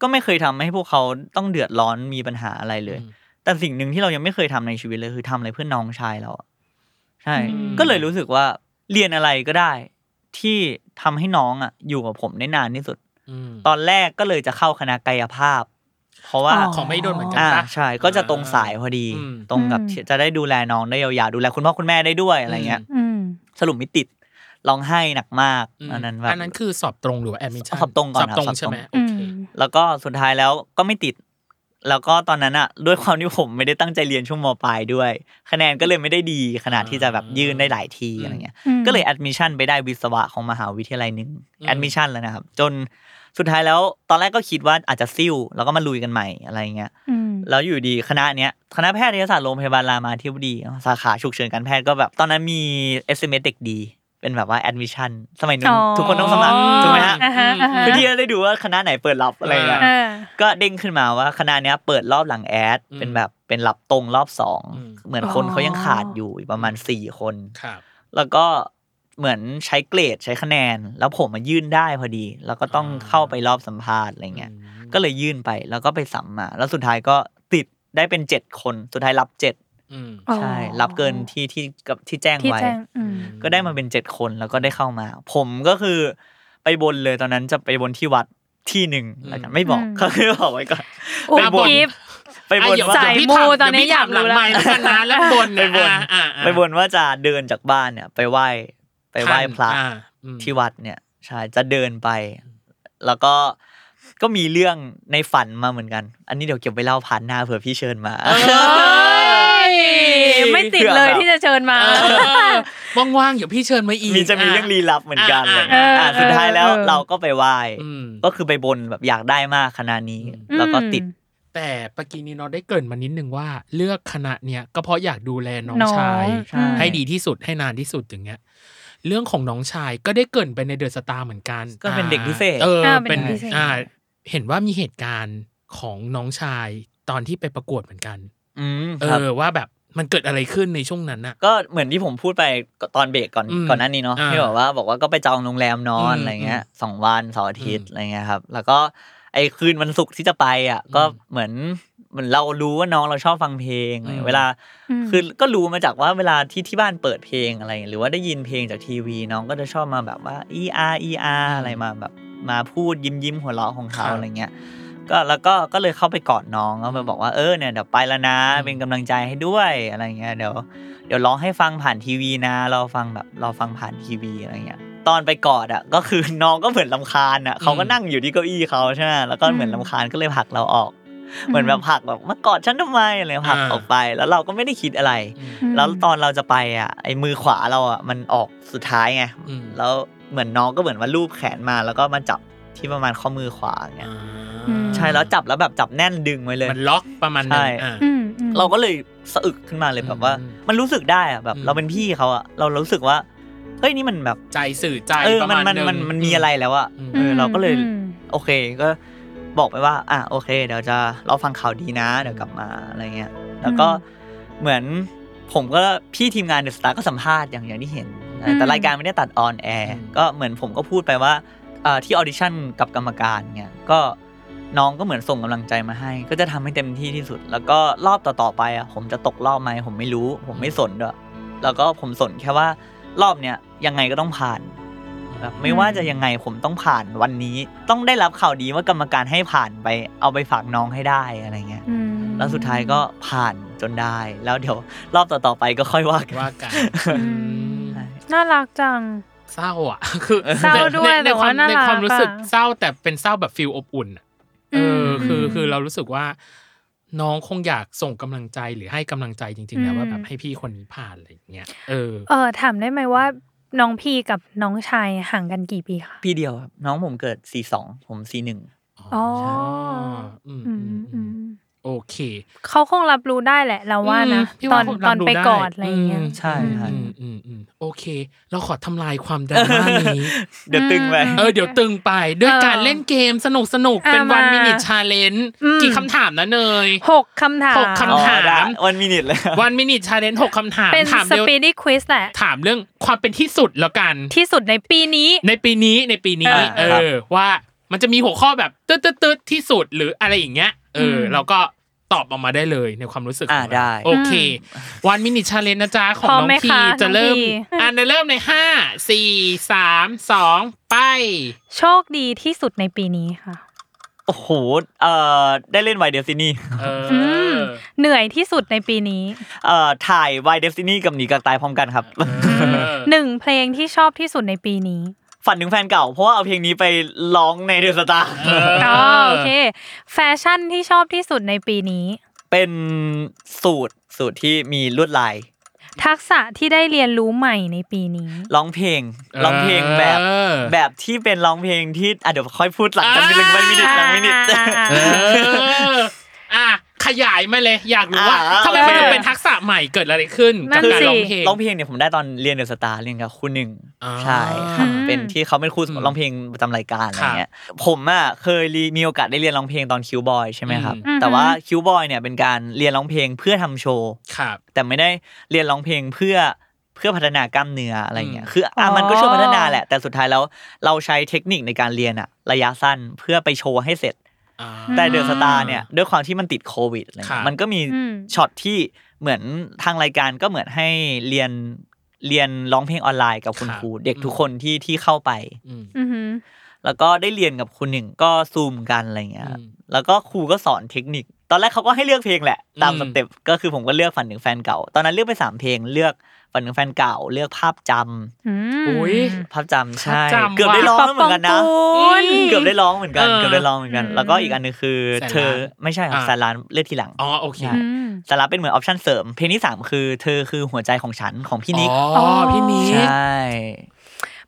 Speaker 3: ก็ไม่เคยทำให้พวกเขาต้องเดือดร้อนมีปัญหาอะไรเลย
Speaker 1: อืม
Speaker 3: แต่สิ่งหนึ่งที่เรายังไม่เคยทำในชีวิตเลยคือทำอะไรเพื่อน้องชายเราอะ ใช่
Speaker 2: อืม
Speaker 3: ก็เลยรู้สึกว่าเรียนอะไรก็ได้ ที่ทำให้น้องอ่ะอยู่กับผมได้นานที่สุด
Speaker 1: อืม
Speaker 3: ตอนแรกก็เลยจะเข้าคณะกายภาพ เพราะว่า
Speaker 2: อ๋อ
Speaker 1: ของไม่โดนเหมือนกัน
Speaker 3: อ่า
Speaker 1: ปะ
Speaker 3: ใช่ก็จะตรงสายพอดี
Speaker 1: อืม
Speaker 3: ตรงกับ
Speaker 2: อืม
Speaker 3: ที่จะได้ดูแลน้องได้ยาวๆดูแลคุณพ่อคุณแม่ได้ด้วยอะไรเงี้ย
Speaker 1: อื
Speaker 2: อืม
Speaker 3: สรุปไม่ติดร้องไห้หนักมาก
Speaker 1: ม
Speaker 3: อันนั้นแบบ
Speaker 1: อันนั้นคือสอบตรงหรือว่าแอดมิชชั่น
Speaker 3: สอบตรงก่อน
Speaker 1: สอบตรง
Speaker 3: ครับ
Speaker 1: ใช่ไหมโอ
Speaker 2: อื
Speaker 1: เค
Speaker 2: ม
Speaker 3: แล้วก็สุดท้ายแล้วก็ไม่ติด แล้วก็ตอนนั้นอะด้วยความที่ผมไม่ได้ตั้งใจเรียนช่วงมปลายด้วย คะแนนก็เลยไม่ได้ดีขนาดที่จะแบบยื่นได้หลายทีอะไรเงี้ย
Speaker 2: อืม
Speaker 3: ก็เลยแอดมิชชั่นไปได้วิศวะของมหาวิทยาลัยหนึ่งแอดมิชชั่นแล้วนะครับ จนสุดท้ายแล้วตอนแรกก็คิดว่าอาจจะซิ่วแล้วก็มาลุยกันใหม่อะไรเงี้ย
Speaker 2: อืม
Speaker 3: แล้วอยู่ดีคณะเนี้ยคณะแพทยศาสตร์โรงพยาบาลรามาธิบดี สาขาฉุกเฉินการแพทย์ก็แบบ ตอนนั้นมี SMS เด็กดี เป็นแบบว่าแอดมิชชั่นสมัยนู้นทุกคนต้องสมัครถูกไหมฮะ
Speaker 2: อ่าฮะอ่าฮะ
Speaker 3: เพื่อที่จะได้ดูว่าคณะไหนเปิดรับอะไรเงี้ย
Speaker 2: เออ
Speaker 3: ก็เด้งขึ้นมาว่าคณะเนี้ยเปิดรอบหลังแอด
Speaker 1: อืม
Speaker 3: เป็นแบบเป็นรับตรงรอบสอง
Speaker 1: อืม
Speaker 3: เหมือนคนเขายังขาดอยู่อีกประมาณสี่คน
Speaker 1: ครับ
Speaker 3: แล้วก็เหมือนใช้เกรดใช้คะแนน แล้วผมมายื่นได้พอดี แล้วก็ต้อง
Speaker 1: อ่า
Speaker 3: เข้าไปรอบสัมภาษณ์อะไรเงี้ย
Speaker 1: อืม
Speaker 3: ก็เลยยื่นไปแล้วก็ไปสัมมา แล้วสุดท้ายก็ติดได้เป็นเจ็ดคนสุดท้ายรับเจ็ด
Speaker 1: อืม
Speaker 2: อ๋อ
Speaker 3: ใช่รับเกินที่ที่กับที่แจ้ง
Speaker 2: ที่
Speaker 3: ไว้
Speaker 2: แจ้งอืม
Speaker 3: ก็ได้มาเป็นเจ็ดคนแล้วก็ได้เข้ามา ผมก็คือไปบนเลยตอนนั้นจะไปบนที่วัดที่หนึ่งแล้วกันไม่บอก
Speaker 2: อืม
Speaker 3: ก็คือบอกไว้ก่อน
Speaker 2: อุ๊
Speaker 3: ไป
Speaker 2: ย
Speaker 3: บน
Speaker 2: กิฟ
Speaker 3: ไปบ
Speaker 1: อ่ะ
Speaker 3: น
Speaker 1: เดี๋ยว
Speaker 3: ว่า
Speaker 2: สาย
Speaker 1: พี่
Speaker 2: มู
Speaker 1: ถ
Speaker 2: ตอน
Speaker 1: เดี๋ยว
Speaker 2: นี้
Speaker 1: พี่
Speaker 2: อยาก
Speaker 1: ถมหลั
Speaker 2: รู้
Speaker 1: ง
Speaker 2: ละ
Speaker 1: ไมค์แล้วกันนะแล้วบน
Speaker 3: ไปบน
Speaker 1: อ่ะอ่ะอ่ะ
Speaker 3: ไปบนว่าจะเดินจากบ้านเนี่ย ไปไหว้ไปไหว้พระ
Speaker 1: อ่าอืม
Speaker 3: ที่วัดเนี่ยใช่จะเดินไป แล้วก็ก็มีเรื่องในฝันมาเหมือนกัน อันนี้เดี๋ยวเก็บไว้เล่าผ่านหน้าเผื่อพี่เชิญมา
Speaker 2: ไม่ติดเลยที่จะเชิญมา
Speaker 1: เออว่างๆเดี๋ยวพี่เชิญมาอีก
Speaker 3: มีจะมีเรื่องลี้ลับเหมือนกัน
Speaker 1: อ่ะอ่ะ
Speaker 3: เลย
Speaker 2: เอออ่
Speaker 3: ะสุดท้ายแล้ว
Speaker 2: เออ
Speaker 3: เราก็ไปไหว้
Speaker 1: อืม
Speaker 3: ก็คือไปบนแบบอยากได้มากคณะนี้
Speaker 2: อืม
Speaker 3: แล้วก็ติด
Speaker 1: แต่ปกี้นี้เนาะได้เกรินมานิดนึงว่าเลือกคณะเนี้ยก็เพราะอยากดูแลน้อง
Speaker 2: น้อง
Speaker 1: ชาย
Speaker 2: ใช่อืม
Speaker 1: ให้ดีที่สุดให้นานที่สุดอย่างเงี้ย เรื่องของน้องชายก็ได้เกรินไปในเดอะสตาร์เหมือนกัน
Speaker 3: ก็เป็นเด็กพิเศษ
Speaker 1: เออ
Speaker 2: อ่าเป็
Speaker 1: เป็น น
Speaker 2: พิเศษ
Speaker 1: อ่าเห็นว่ามีเหตุการณ์ของน้องชายตอนที่ไปประกวดเหมือนกัน
Speaker 3: อืม
Speaker 1: เอ
Speaker 3: ครับ
Speaker 1: อว่าแบบมันเกิดอะไรขึ้นในช่วงนั้นอะ
Speaker 3: ก็เหมือนที่ผมพูดไปตอนเบรกก่อน
Speaker 1: อืม
Speaker 3: ก่อนหน้านี้เนาะ
Speaker 1: อ่า
Speaker 3: ที่บอกว่าบอกว่าก็ไปจองโรงแรมนอน
Speaker 1: อืม
Speaker 3: อะไรเงี้ย
Speaker 1: อืม
Speaker 3: สองวันเสาร์อาทิตย์
Speaker 1: อืม
Speaker 3: อะไรเงี้ยครับ แล้วก็ไอ้คืนวันศุกร์ที่จะไปอ่ะก็
Speaker 1: อืม
Speaker 3: เหมือนเหมือนเรารู้ว่าน้องเราชอบฟังเพลง
Speaker 1: อืม
Speaker 3: เวลา
Speaker 2: ม
Speaker 3: คือก็รู้มาจากว่าเวลาที่ที่บ้านเปิดเพลงอะไร หรือว่าได้ยินเพลงจากทีวี น้องก็จะชอบมาแบบว่า e r e r อะไรมาแบบมาพูดยิ้มยิ้มๆหัวเราะของเขา
Speaker 1: ครับ
Speaker 3: อะไรเงี้ยก็แล้วก็ก็เลยเข้าไปกอดน้องก็ไปบอกว่าเออเนี่ยเดี๋ยวไปแล้วนะ
Speaker 1: อืม
Speaker 3: เป็นกำลังใจให้ด้วยอะไรเงี้ยเดี๋ยวเดี๋ยวร้องให้ฟังผ่านทีวีนะเราฟังแบบเราฟังผ่านทีวีอะไรเงี้ยตอนไปกอดอ่ะก็คือน้องก็เหมือนลำคาญอ่ะเขาก็นั่งอยู่ที่เก้าอี้เขาใช่ไหมแล้วก็เหมือนลำคาญก็เลยผลักเราออก เหมือนแบบผลักแบบมากอดฉันทำไมอะไรเงี้ยผลัก
Speaker 1: อ่า
Speaker 3: ออกไปแล้วเราก็ไม่ได้คิดอะไร แล้วตอนเราจะไปอ่ะไอ้มือขวาเราอ่ะมันออกสุดท้ายไง
Speaker 1: อืม
Speaker 3: แล้วเหมือนน้องก็เหมือนว่าลูบแขนมาแล้วก็มาจับที่ประมาณข้อมือขวาเงี้ย
Speaker 2: อืม
Speaker 3: ใช่แล้วจับแล้วแบบจับแน่นดึงไว้เลย
Speaker 1: มันล็อกประมาณนั้น
Speaker 3: ใช่
Speaker 1: อ่ะ
Speaker 2: อืมอืม
Speaker 3: เราก็เลยสะอึกขึ้นมาเลยแบบว่า
Speaker 1: อืม
Speaker 3: มันรู้สึกได้อ่ะแบบ
Speaker 1: อืม
Speaker 3: เราเป็นพี่เขาอ่ะเรารู้สึกว่าเฮ้ยนี่มันแบบ
Speaker 1: ใจสื่อใจ
Speaker 3: เออ
Speaker 1: ประ
Speaker 3: มัน
Speaker 1: มาณหง
Speaker 3: มันมันมันมีอะไรแล้วอ่ะ
Speaker 1: อืม
Speaker 3: เออเราก็เลย
Speaker 2: อืม
Speaker 3: โอเคก็บอกไปว่า อ่ะโอเค เดี๋ยวจะเราฟังข่าวดีนะ เดี๋ยวกลับมาอะไรเงี้ย แล้วก็เหมือนผมก็พี่ทีมงานเดอะสตาร์ก็สัมภาษณ์อย่างอย่างที่เห็นนะ
Speaker 2: อืม
Speaker 3: แต่รายการไม่ได้ตัดออนแอร์
Speaker 1: อืม
Speaker 3: ก็เหมือนผมก็พูดไปว่าอ่าที่ออดิชั่นกับกรรมการเนี่ยก็น้องก็เหมือนส่งกำลังใจมาให้ ก็จะทำให้เต็มที่ที่สุด แล้วก็รอบต่อๆไปอ่ะผมจะตกรอบไหมผมไม่รู้ ผมไม่สนด้วยแล้วก็ผมสนแค่ว่ารอบเนี้ยยังไงก็ต้องผ่าน แบบไม่ว่าจะยังไงผมต้องผ่านวันนี้ ต้องได้รับข่าวดีว่ากรรมการให้ผ่านไปเอาไปฝากน้องให้ได้อะไรเงี้ย แล้วสุดท้ายก็ผ่านจนได้ แล้วเดี๋ยวรอบต่อๆไปก็ค่อยว่ากัน
Speaker 1: ว่ากัน
Speaker 2: น่ารักจัง
Speaker 1: เศร้าอ่ะ คือ
Speaker 2: เศร้า
Speaker 1: ใน
Speaker 2: ด้วย
Speaker 1: ในใน
Speaker 2: แต่ว่าว
Speaker 1: คาม
Speaker 2: น่า
Speaker 1: ใน
Speaker 2: รัก
Speaker 1: ความรู้สึก
Speaker 2: อะ
Speaker 1: เศร้าแต่เป็นเศร้าแบบฟิลอบอุ่นอะเอออ
Speaker 2: ม
Speaker 1: คือ
Speaker 2: อืม
Speaker 1: คือเรารู้สึกว่า น้องคงอยากส่งกำลังใจหรือให้กำลังใจจริงๆนะ
Speaker 2: อืม
Speaker 1: ว่าแบบให้พี่คนนี้ผ่านอะไรอย่างเงี้ยเออ
Speaker 2: เออถามได้ไหมว่า น้องพีกับน้องชายห่างกันกี่ปีคะ
Speaker 3: พี่เดียวครับน้องผมเกิด 42 ผม 41
Speaker 2: อ๋อ
Speaker 1: อืม
Speaker 2: อืมอืม
Speaker 1: โอเค
Speaker 2: เขาคงรับรู้ได้แหละเราว่านะ
Speaker 1: อืมพี่
Speaker 2: ตอ
Speaker 1: ว่าน คง
Speaker 2: ต
Speaker 1: รั
Speaker 2: อบ น
Speaker 1: รู้
Speaker 2: ไป
Speaker 1: ด้
Speaker 2: กอดอะไรอย่างเงี้ย
Speaker 1: ม
Speaker 3: ใช่ครับ
Speaker 1: อืมอืมอืมโอเค เราขอทำลายความดราม่านี้
Speaker 3: เดี๋ยวตึงไป
Speaker 1: เออเดี๋ยวตึงไปด้วย
Speaker 2: เออ
Speaker 1: การเล่นเกมสนุกสนุกๆ
Speaker 2: อ่ะ
Speaker 1: เป็นวัน
Speaker 2: มา
Speaker 1: มินิชาเลนจ์
Speaker 2: อืม
Speaker 1: กี่คำถามนะเนย
Speaker 2: หกคำถาม
Speaker 1: หกคำถาม
Speaker 3: วันมินิทเลย
Speaker 1: วันมินิชาเลนจ์หกคำถาม
Speaker 2: เป็น
Speaker 1: ถาม
Speaker 2: ส
Speaker 1: เร็ว
Speaker 2: ปีด d ี้ควิสแหละ
Speaker 1: ถามเรื่องความเป็นที่สุดแล้วกัน
Speaker 2: ที่สุดในปีนี้
Speaker 1: ในปีนี้ในปีนี้
Speaker 3: อ่า
Speaker 1: เอ
Speaker 3: ครับ
Speaker 1: อ ว่ามันจะมีหัวข้อแบบตืดตืดตืดที่สุดหรืออะไรอย่างเงี้ยเออ
Speaker 2: ม
Speaker 1: เราก็ตอบออกมาได้เลยในความรู้สึก
Speaker 3: อ่า
Speaker 1: ของเรา
Speaker 3: ได้
Speaker 1: โอเค วันมินิชาเลนจ์นะจ๊ะ ของ
Speaker 2: พร้อม
Speaker 1: น้อง
Speaker 2: ไหม
Speaker 1: พี
Speaker 2: คะ
Speaker 1: จะเริ่ม
Speaker 2: น้องพี
Speaker 1: อ่านเริ่มในห้าสี่สามสองไป
Speaker 2: โชคดีที่สุดในปีนี้ค่ะ
Speaker 3: โอ้โห เอ่อ ได้เล่นไวเดฟซินี่
Speaker 1: เออ
Speaker 2: ม เหนื่อยที่สุดในปี นี้
Speaker 3: เอ่อ ถ่ายไวเดฟซินี่กับหนีกับตายพร้อมกันครับ
Speaker 1: เออ
Speaker 2: หนึ่งเพลงที่ชอบที่สุดในปีนี้
Speaker 3: ฝันถึงแฟนเก่า เพราะว่าเอาเพลงนี้ไปร้องในเดอะสตาร์
Speaker 2: อ๋อโอเค แฟชั่นที่ชอบที่สุดในปีนี้
Speaker 3: เป็นสูตรสูตรที่มีลวดลาย
Speaker 2: ทักษะที่ได้เรียนรู้ใหม่ในปีนี้
Speaker 3: ร้องเพลง
Speaker 1: เออ
Speaker 3: ร้องเพลงแบบ แบบที่เป็นร้องเพลงที่อ่ะเดี๋ยวค่อยพูดหลังจาก
Speaker 1: อ่า
Speaker 3: มินิวันมินิหลังมินิ
Speaker 1: เอออ่ะขยายมาเลย อยากรู้ว่า
Speaker 3: อ่า
Speaker 1: ทำไมมันถึงเป็นทักษะใหม่เกิดอะไรขึ้นกับ
Speaker 2: นั่น
Speaker 1: การ
Speaker 2: สิ
Speaker 1: ร้องเพลง
Speaker 3: ร้องเพลงเนี่ยผมได้ตอนเรียนเดอะสตาร์เรียนกับครูหนึ่ง
Speaker 1: อ่า
Speaker 3: ใช่ครับ
Speaker 2: อืม
Speaker 3: เป็นที่เขาเป็นครูสอนร้องเพลงประจำรายการอะไรเงี้ยผมอ่ะเคยรีมีโอกาสได้เรียนร้องเพลงตอนคิวบอยใช่ไหมครับ
Speaker 1: อื
Speaker 3: แต่ว่าคิวบอยเนี่ยเป็นการเรียนร้องเพลงเพื่อทำโชว์
Speaker 1: ครับ
Speaker 3: แต่ไม่ได้เรียนร้องเพลงเพื่อเพื่อพัฒนากล้ามเนื้ออะไรเงี้ย
Speaker 1: อืม
Speaker 3: คืออ่ะมันก็ช่วยพัฒนาแหละ แต่สุดท้ายแล้วเราใช้เทคนิคในการเรียนอะระยะสั้นเพื่อไปโชว์ให้เสร็จ
Speaker 1: อ่า
Speaker 3: แต่เดอะสตาร์เนี่ยด้วยความที่มันติดโควิดอะไร
Speaker 1: ครับ
Speaker 3: เงี้ยมันก็มี
Speaker 2: อืม
Speaker 3: ช็อตที่เหมือนทางรายการก็เหมือนให้เรียนเรียนร้องเพลงออนไลน์กับคุณ
Speaker 1: ครับ
Speaker 3: ครูเด็ก
Speaker 1: อืม
Speaker 3: ทุกคนที่ที่เข้าไป
Speaker 1: อืม
Speaker 2: อือหือ
Speaker 3: แล้วก็ได้เรียนกับคุณหนึ่งก็ซูมกันอะไรเงี้ย
Speaker 1: อืม
Speaker 3: แล้วก็ครูก็สอนเทคนิค ตอนแรกเขาก็ให้เลือกเพลงแหละ ตาม
Speaker 1: อืม
Speaker 3: สเต็ปก็คือผมก็เลือกฝันถึงแฟนเก่า ตอนนั้นเลือกไปสามเพลงเลือกฝันถึงแฟนเก่า เลือกภาพจำ
Speaker 2: อืม
Speaker 1: อุ๊ย
Speaker 3: ภาพจำใช่
Speaker 1: ภาพจำ
Speaker 3: เกือบได้ร้องแล้วเหมือนกันนะ
Speaker 2: ปะปองกูล
Speaker 3: เกือบได้ร้องเหมือนกัน
Speaker 1: เออ
Speaker 3: เกือบได้ร้องเหมือนกัน
Speaker 2: อืม
Speaker 3: แล้วก็อีกอันหนึงคือ
Speaker 1: แสนล้าน
Speaker 3: เธอไม่ใช่ครับ
Speaker 1: อ่ะ
Speaker 3: สารานเลือกทีหลัง
Speaker 1: อ๋อโอเค
Speaker 3: ใช่
Speaker 2: อืม
Speaker 3: สาระเป็นเหมือนออปชั่นเสริม เพลงที่สามคือเธอคือหัวใจของฉันของพี่นิก
Speaker 1: อ๋อพี่นิ
Speaker 3: ใช
Speaker 1: ก่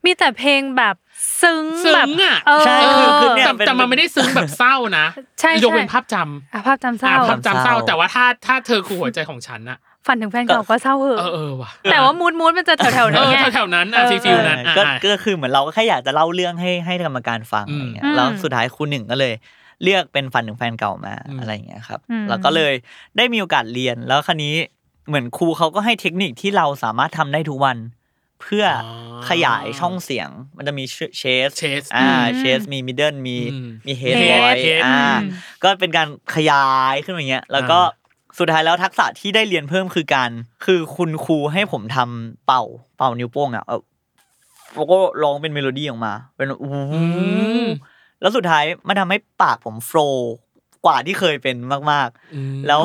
Speaker 2: มีแต่เพลงแบบซึ้ง
Speaker 1: ซึ้
Speaker 2: แบบ
Speaker 1: งอ่ะ
Speaker 2: เออ
Speaker 3: ใช่คือคือเนี่ย
Speaker 1: แต่แต่มันไม่ได้ซึ้งแบบเศร้านะ
Speaker 2: ใช่ใช่
Speaker 1: ยกเป็นภาพจำ
Speaker 2: อ่ะภาพจำเศ
Speaker 1: อ่า
Speaker 2: ร้า
Speaker 1: ภาพจำเศร้า แต่ว่าถ้าถ้าเธอคือหัวใจของฉันอะ
Speaker 2: ฝันถึงแฟนเก่าก็เศร้าเห
Speaker 1: เออ
Speaker 2: อะ
Speaker 1: เออว่ะ
Speaker 2: แต่ว่ามูดมูดมันจะแถวๆ
Speaker 1: เอ
Speaker 2: นั้น
Speaker 1: อ
Speaker 2: ไง
Speaker 1: แถวๆนั้นอ่ะ
Speaker 2: เออ
Speaker 1: ฟิลๆนั้นอ่ะ
Speaker 3: ก็
Speaker 1: อ่ะ
Speaker 3: ก็คือเหมือนเราก็แค่อยากจะเล่าเรื่องให้ให้กรรมการฟัง
Speaker 1: อืม
Speaker 3: อะไรเงี้
Speaker 2: อื
Speaker 3: ย
Speaker 2: ม
Speaker 3: แล้วสุดท้ายครูหนึ่งก็เลย เลือกเป็นฝันถึงแฟนเก่ามา
Speaker 1: อืม
Speaker 3: อะไรเงี้ยครับ
Speaker 2: อืม
Speaker 3: แล้วก็เลยได้มีโอกาสเรียนแล้วคราวนี้เหมือนครูเขาก็ให้เทคนิคที่เราสามารถทำได้ทุกวัน เพื่ออขยายช่องเสียง มันจะมีเชส
Speaker 1: Chase
Speaker 3: อ่า
Speaker 2: อืม
Speaker 3: เชสมีมิดเดิลมี
Speaker 1: อืม
Speaker 3: มีเฮด
Speaker 1: Head
Speaker 3: ไว้
Speaker 1: Head
Speaker 3: อ่า
Speaker 2: อืม
Speaker 3: ก็เป็นการขยายขึ้นมาอย่างเงี้ยแล้วก็
Speaker 1: อ่
Speaker 3: สุดท้ายแล้วทักษะที่ได้เรียนเพิ่มคือการคือคุณครูให้ผมทำเป่าเป่านิ้วโป้งอ่ะเอา แล้วก็ร้องเป็นเมโลดี้ออกมา เป็นอู้
Speaker 1: อืม
Speaker 3: แล้วสุดท้ายมันทำให้ปากผมโฟลว์กว่าที่เคยเป็นมาก
Speaker 1: อืม
Speaker 3: ๆ แล้ว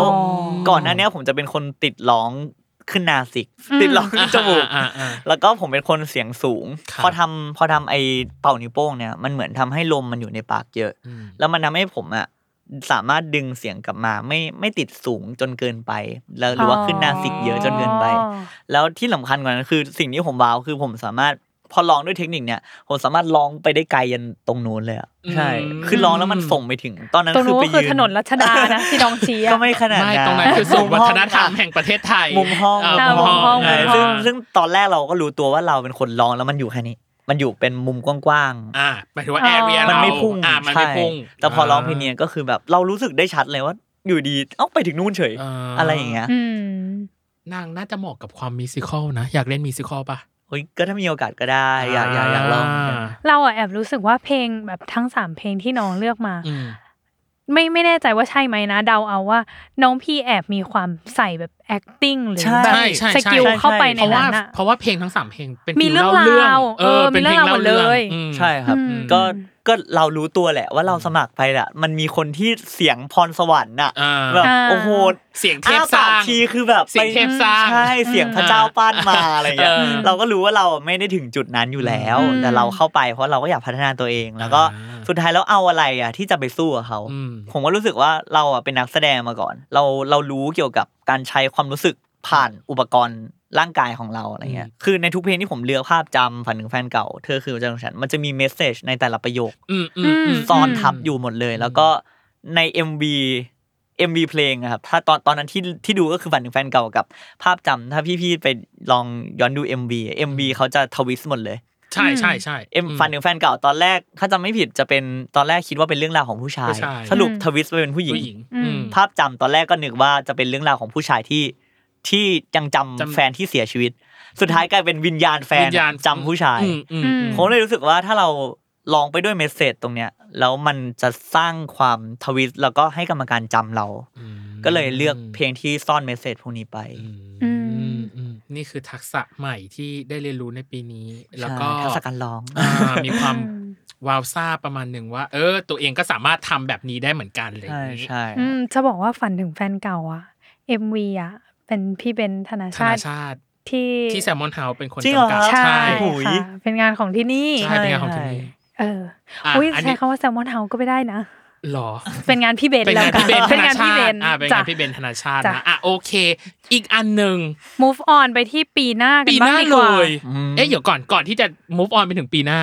Speaker 3: ก่อนหน้าเนี้ยผมจะเป็นคนติดร้องขึ้นนาสิก
Speaker 2: อืม
Speaker 3: ติดร้องขึ้นจมูก
Speaker 1: อ่าอ่าอ่า
Speaker 3: แล้วก็ผมเป็นคนเสียงสูง
Speaker 1: ครับ
Speaker 3: พอทำพอทำไอเป่านิ้วโป้งเนี่ยมันเหมือนทำให้ลมมันอยู่ในปากเยอะ
Speaker 1: อืม
Speaker 3: แล้วมันทำให้ผมอะสามารถดึงเสียงกลับมาไม่ไม่ติดสูงจนเกินไป แล้วหรือว่าขึ้นนาสิกเยอะจนเกินไป
Speaker 2: อ๋อ
Speaker 3: แล้วที่สำคัญกว่านั้นคือสิ่งที่ผมว้าวคือผมสามารถพอร้องด้วยเทคนิคเนี่ย ผมสามารถร้องไปได้ไกลยันตรงนู้นเลยอะ
Speaker 1: อืม
Speaker 3: ใช่ คือร้องแล้วมันส่งไปถึง ตอนนั้น
Speaker 2: ตรง
Speaker 3: คือ
Speaker 2: นู้น
Speaker 3: ไป
Speaker 2: ก็
Speaker 3: ยื
Speaker 2: คือน ถนนรัชดานะ ที่น้องชี้อะ
Speaker 3: ก็ไม่ขนาด
Speaker 1: ไม่
Speaker 3: นั้น
Speaker 1: ตรงนั้นคือศูนย์วัฒนธรรม
Speaker 3: มุมห้อง
Speaker 1: แห่งประเทศไทย
Speaker 3: มุมห้อง
Speaker 1: เออ
Speaker 2: มุมห้อง
Speaker 1: เออ
Speaker 2: มุมห้อง
Speaker 3: ซึ่งซึ่งตอนแรกเราก็รู้ตัวว่าเราเป็นคนร้องแล้วมันอยู่แค่นี้ มันอยู่เป็นมุมกว้าง
Speaker 1: อ่าหมายถึงว่าแอเรีย
Speaker 3: ๆ
Speaker 1: เรา
Speaker 3: มันไม่พุ่ง
Speaker 1: อ่ามันไม่
Speaker 3: ใช่
Speaker 1: พุ่ง
Speaker 3: แต่พอร้องเพลงเนี้ยก็คือแบบเรารู้สึกได้ชัดเลยว่าอยู่ดีเอ้าไปถึงนู่นเฉย
Speaker 1: า
Speaker 3: อะไรอย่างเงี้ย
Speaker 2: อืม
Speaker 1: นางน่าจะเหมาะกับความมิวสิคอลนะ อยากเล่นมิวสิคอลป่ะ
Speaker 3: เฮ้ยก็ถ้ามีโอกาสก็ได้อยากอยากอยากลองเหมือนกัน
Speaker 2: เราอะแอบรู้สึกว่าเพลงแบบทั้งสามเพลงที่น้องเลือกมา
Speaker 1: อืม
Speaker 2: ไม่ไม่แน่ใจว่าใช่ไหมนะ เดาเอาว่า น้องพี่แอบมีความใส่แบบ acting หรือแบบ
Speaker 1: ใช่ใช่
Speaker 2: ส
Speaker 1: ใช่
Speaker 2: กิล
Speaker 1: ใช่
Speaker 2: เข้าไปใน
Speaker 1: เพราะว่า
Speaker 2: นั้นอะ
Speaker 1: เพราะว่าเพลงทั้งสามเพลงเป็น
Speaker 2: มี
Speaker 1: พ
Speaker 2: เรื่อง
Speaker 1: ล่าร
Speaker 2: าว
Speaker 1: เออ
Speaker 2: เออมี
Speaker 1: เป็น
Speaker 2: เรื่
Speaker 1: เพล
Speaker 2: อง
Speaker 1: งเล่า
Speaker 2: ราวหมด
Speaker 1: เรื่อง
Speaker 2: เลย
Speaker 1: อืม
Speaker 3: ใช่ครับ ก็ก็เรารู้ตัวแหละว่าเราสมัครไปอ่ะ มันมีคนที่เสียงพรสวรรค์อ่ะแบบ
Speaker 1: อ่า
Speaker 3: โอ้โห
Speaker 1: เสียงเทพสร้าง
Speaker 3: อ้ปกทีคือแบบ
Speaker 1: เสียงเทพสร้าง
Speaker 3: ใช่เสียงพระเจ้าปั้นมาอะไรอย่างเงี้ย
Speaker 1: เออ
Speaker 3: เราก็รู้ว่าเราไม่ได้ถึงจุดนั้นอยู่แล้ว แต่เราเข้าไปเพราะเราก็อยากพัฒนาตัวเอง แล้วก็สุดท้ายแล้วเอาอะไรอ่ะ ที่จะไปสู้กับเขาผมก็รู้สึกว่าเราอ่ะเป็นนักแสดงมาก่อน เราเรารู้เกี่ยวกับการใช้ความรู้สึกผ่านอุปกรณ์ร่างกายของเราอะไรเงี้ย คือในทุกเพลงที่ผมเลือกภาพจำฝันถึงแฟนเก่า เธอคือหัวใจของฉัน มันจะมีเมสเซจในแต่ละประโยค
Speaker 1: อืมอืมอืม
Speaker 3: ซ้อนทับอยู่หมดเลย แล้วก็ใน MV MV เพลงอะครับถ้าตอนตอนนั้นที่ที่ดูก็คือฝันถึงแฟนเก่ากับภาพจำถ้าพี่ๆไปลองย้อนดู MV MV เขาจะทวิสต์หมดเลย
Speaker 1: ใช่ใช่ใช่
Speaker 3: เอ็มฝันถึงแฟนเก่าตอนแรกถ้าจำไม่ผิดจะเป็นตอนแรกคิดว่าเป็นเรื่องราวของผู้ชาย
Speaker 1: ผู้ชาย
Speaker 3: สรุป
Speaker 1: อืม
Speaker 3: ทวิสต์ไปเป็นผู้หญิ
Speaker 1: ผู้หญิงอืม
Speaker 3: ภาพจำตอนแรกก็นึกว่าจะเป็นเรื่องราวของผู้ชายที่ที่ยังจำ
Speaker 1: จำ
Speaker 3: แฟนที่เสียชีวิต สุดท้ายกลายเป็นวิญญาณแฟน
Speaker 1: วิญญาณ
Speaker 3: จำผู้ชาย
Speaker 1: อืมอืมอืม
Speaker 3: ผมเลยรู้สึกว่าถ้าเราลองไปด้วยเมสเซจตรงเนี้ยแล้วมันจะสร้างความทวิสต์แล้วก็ให้กรรมการจำเรา ก็เลยเลือกเพลงที่ซ่อนเมสเซจพวกนี้ไป
Speaker 1: นี่คือทักษะใหม่ที่ได้เรียนรู้ในปีนี้ แล้วก็
Speaker 3: ทักษะการร้อง
Speaker 1: ามีความ วาวซ่าประมาณหนึ่งว่า เออ ตัวเองก็สามารถทำแบบนี้ได้เหมือนกันเลยางงี้
Speaker 3: ใช่
Speaker 2: อืมจะบอกว่าฝันถึงแฟนเก่าอะ MV อะเป็นพี่เป็นธนาชาติ
Speaker 1: ธนาชาติ
Speaker 2: ที่
Speaker 1: ที่แซมมอนเฮาเป็นคน
Speaker 3: จริงเหรอ
Speaker 1: จำกัด
Speaker 3: ครับ
Speaker 2: ใช่
Speaker 1: ใช่
Speaker 3: โอ้ย
Speaker 2: ค่ะเป็นงานของที่นี่
Speaker 1: ใช่เป็นงานของทีมนี้
Speaker 2: เอออะ อุ้ย
Speaker 1: อันนี้
Speaker 2: ใช้คำว่าแซลมอนเฮาก็ไม่ได้นะ
Speaker 1: หรอ
Speaker 2: เป็นงานพี่เบน
Speaker 1: เป็น
Speaker 2: แล้ว
Speaker 1: งาน
Speaker 2: กั
Speaker 1: พี่เบน
Speaker 2: เป็นงานพี่เบน
Speaker 1: อ่าเป็น
Speaker 2: จ้ะ
Speaker 1: งานพี่เบนธนาชาติ
Speaker 2: จ้ะ
Speaker 1: นะอ่ะโอเค อีกอันหนึ่ง
Speaker 2: move on ไปที่ปีหน้ากัน
Speaker 1: ปีห
Speaker 2: บ้าง
Speaker 1: น้า
Speaker 2: ดี
Speaker 1: เล
Speaker 2: กว่า
Speaker 1: ย เอ๊ะเดี๋ยวก่อนก่อนที่จะ move on ไปถึงปีหน้า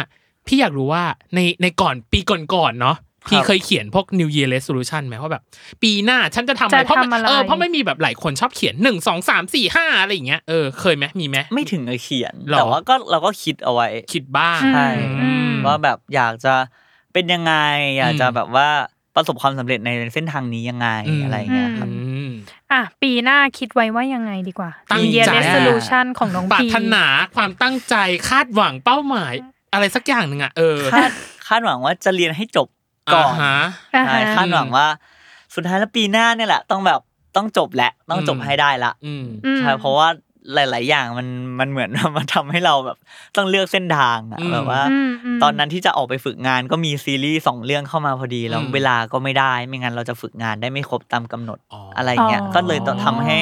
Speaker 1: พี่อยากรู้ว่าในในก่อนปีก่อนๆเนาะพี่เคยเขียนพวก New Year Resolution ไหมว่าแบบ ปีหน้าฉันจะทำอะไร
Speaker 2: จะ
Speaker 1: เพราะมัน
Speaker 2: ทำอะไร
Speaker 1: เออเพราะไม่มีแบบหลายคนชอบเขียนหนึ่งสองสามสี่ห้าอะไรอย่างเงี้ยเออเคยไหมมีไหม
Speaker 3: ไม่ถึงกับเขียน
Speaker 1: หรอ
Speaker 3: แต่ว่าก็เราก็คิดเอาไว้
Speaker 1: คิดบ้าง
Speaker 3: ใช่
Speaker 1: อืม
Speaker 3: ว่าแบบอยากจะเป็นยังไง อยากจะแบบว่าประสบความสำเร็จในเส้นทางนี้ยังไง
Speaker 1: อืม
Speaker 3: อะไรอย่างเงี้ยครับ
Speaker 1: อืม
Speaker 2: อ่ะปีหน้าคิดไว้ว่ายังไงดีกว่า
Speaker 1: ตั้ง
Speaker 2: New Year
Speaker 1: ใจ
Speaker 2: resolution ของน้อง
Speaker 1: ปราร
Speaker 2: พี
Speaker 1: ถนาความตั้งใจคาดหวังเป้าหมาย อะไรสักอย่างหนึ่งอ่ะเออ
Speaker 3: คาดคาดหวังว่าจะเรียนให้จบก่อน
Speaker 1: อ่าฮะ
Speaker 2: อ่าฮะ
Speaker 3: ใช่คาดหวังว่า สุดท้ายแล้วปีหน้าเนี่ยแหละ ต้องแบบต้องจบแหละต้องจบ
Speaker 1: อืม
Speaker 3: ให้ได้ละ
Speaker 1: อืม
Speaker 2: อืม
Speaker 3: ใช่เพราะว่าหลาย ๆ อย่างมันมันเหมือน มันทำให้เราแบบ ต้องเลือกเส้นทางอะ
Speaker 1: อืม
Speaker 3: แบบว่า
Speaker 2: อืมอืม
Speaker 3: ตอนนั้นที่จะออกไปฝึกงานก็มีซีรีส์สองเรื่องเข้ามาพอดีแล้ว
Speaker 1: อืม
Speaker 3: เวลาก็ไม่ได้ไม่งั้นเราจะฝึกงานได้ไม่ครบตามกำหนด
Speaker 1: อ๋ออ
Speaker 3: อะไรอย่างเงี้ย
Speaker 2: อ๋อ
Speaker 3: ก็เลยต้องทำให้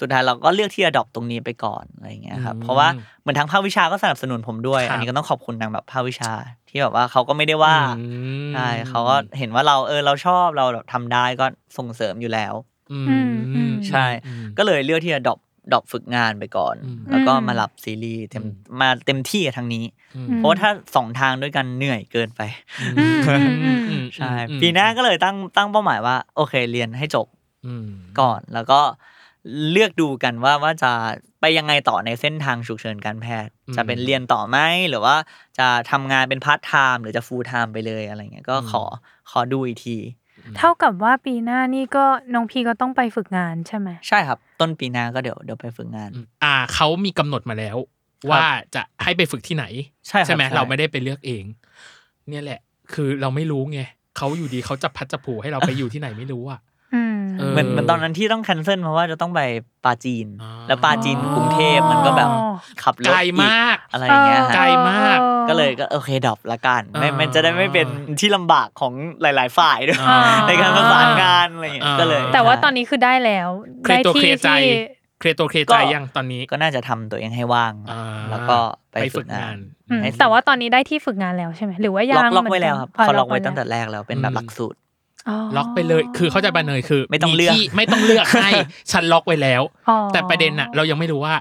Speaker 3: สุดท้ายเราก็เลือกที่จะดรอปตรงนี้ไปก่อนอะไรอย่างเงี้ยครับ
Speaker 1: อืม
Speaker 3: เพราะว่าเหมือนทางภาควิชาก็สนับสนุนผมด้วย
Speaker 1: ครับ
Speaker 3: อันนี้ก็ต้องขอบคุณทางแบบภาควิชา ที่แบบว่าเขาก็ไม่ได้ว่า
Speaker 1: อืม
Speaker 3: ใช่เขาก็เห็นว่าเราเออเราชอบเราแบบทำได้ก็ส่งเสริมอยู่แล้ว
Speaker 1: อื
Speaker 2: อืมอืม
Speaker 1: ม
Speaker 3: ใช่
Speaker 1: อืม
Speaker 3: ก็เลยเลือกที่จะดรอปดรอปฝึกงานไปก่อน
Speaker 1: อืม
Speaker 3: แล้วก็
Speaker 2: อืม
Speaker 3: มารับซีรีส์เต็ม
Speaker 1: อืม
Speaker 3: มาเต็มที่กับทางนี้
Speaker 1: อืม
Speaker 3: เพราะว่าถ้าสองทางด้วยกันเหนื่อยเกินไป
Speaker 2: อืมอืมอืม
Speaker 1: อืม
Speaker 3: ใช่ ปีหน้าก็เลยตั้งตั้งเป้าหมายว่า โอเคเรียนให้จบ
Speaker 1: อืม
Speaker 3: ก่อนแล้วก็เลือกดูกันว่าว่าจะไปยังไงต่อในเส้นทางฉุกเฉินการแพทย์
Speaker 1: อืม
Speaker 3: จะเป็นเรียนต่อไหมหรือว่าจะทำงานเป็นพาร์ทไทม์หรือจะฟูลไทม์ไปเลยอะไรเงี้ยก็
Speaker 1: อืม
Speaker 3: ขอขอดูอีกที
Speaker 2: เท่ากับว่าปีหน้านี่ก็น้องพีก็ต้องไปฝึกงานใช่ไหม
Speaker 3: ใช่ครับ ต้นปีหน้าก็เดี๋ยวเดี๋ยวไปฝึกงาน
Speaker 1: อ่าเขามีกำหนดมาแล้ว ว่าจะให้ไปฝึกที่ไหน
Speaker 3: ใช่ครับ
Speaker 1: ไหม
Speaker 3: ใช่
Speaker 1: เราไม่ได้ไปเลือกเอง เนี่ยแหละ คือเราไม่รู้ไงเขาอยู่ดีเขาจะพัดจะผูให้เราไปอยู่ที่ไหนไม่รู้อ่ะ
Speaker 2: อืม
Speaker 1: เอ
Speaker 3: เหมือนเหมือนตอนนั้นที่ต้องแคนเซิลเพราะว่าจะต้องไปปาจีน
Speaker 1: อ๋อ
Speaker 3: แล้วปาจีนกรุงเทพมันก็แบบขับรถ
Speaker 1: ไกลมาก
Speaker 3: อีอะไรอย่างเงี้ยฮะ
Speaker 1: ไกลมาก
Speaker 3: ก็เลยก็โอเคดรอปละกันไม่
Speaker 1: อ่ามั
Speaker 3: มันจะได้ไม่เป็นที่ลำบากของหลาย ๆ ฝ่ายด้วย
Speaker 1: อ่า
Speaker 3: ในการประสานงานอะไรอย่างเงี้ยก็เลย
Speaker 2: แต่ว่าตอนนี้คือได้แล้ว
Speaker 1: เคลียร์
Speaker 2: ได้
Speaker 1: ตัวเคลี
Speaker 2: ที่
Speaker 1: ยร์ใจ
Speaker 2: ที่
Speaker 1: เคลียร์ตัวเคลียร์ใจยังตอนนี้
Speaker 3: ก็น่าจะทำตัวเองให้ว่าง
Speaker 1: อ่า
Speaker 3: แล้วก็ไป
Speaker 1: ไปฝึ
Speaker 3: ฝึ
Speaker 1: กงาง
Speaker 3: กาน น
Speaker 2: อืม
Speaker 3: ให้เสร็จ
Speaker 2: แต่ว่าตอนนี้ได้ที่ฝึกงานแล้วใช่ไหมหรือว่ายัง
Speaker 3: ล็อกล็อก
Speaker 2: หมืน
Speaker 3: ไว้แล้วครับ
Speaker 2: อ๋อ
Speaker 3: เขาล็อกไว้
Speaker 2: แ
Speaker 3: ตั้งแต่แรกแล้วเป็นแบบหลักสูตร
Speaker 2: อ๋อ
Speaker 1: ล็อกไปเลย คือเข้าใจบานเนยคือ
Speaker 3: ไม่ต้องเลือก
Speaker 1: ที่ไม่ต้องเลือก ให้ ฉันล็อกไว้แล้ว
Speaker 2: อ๋อ
Speaker 1: แต่ประเด็นน่ะ เรายังไม่รู้ว่า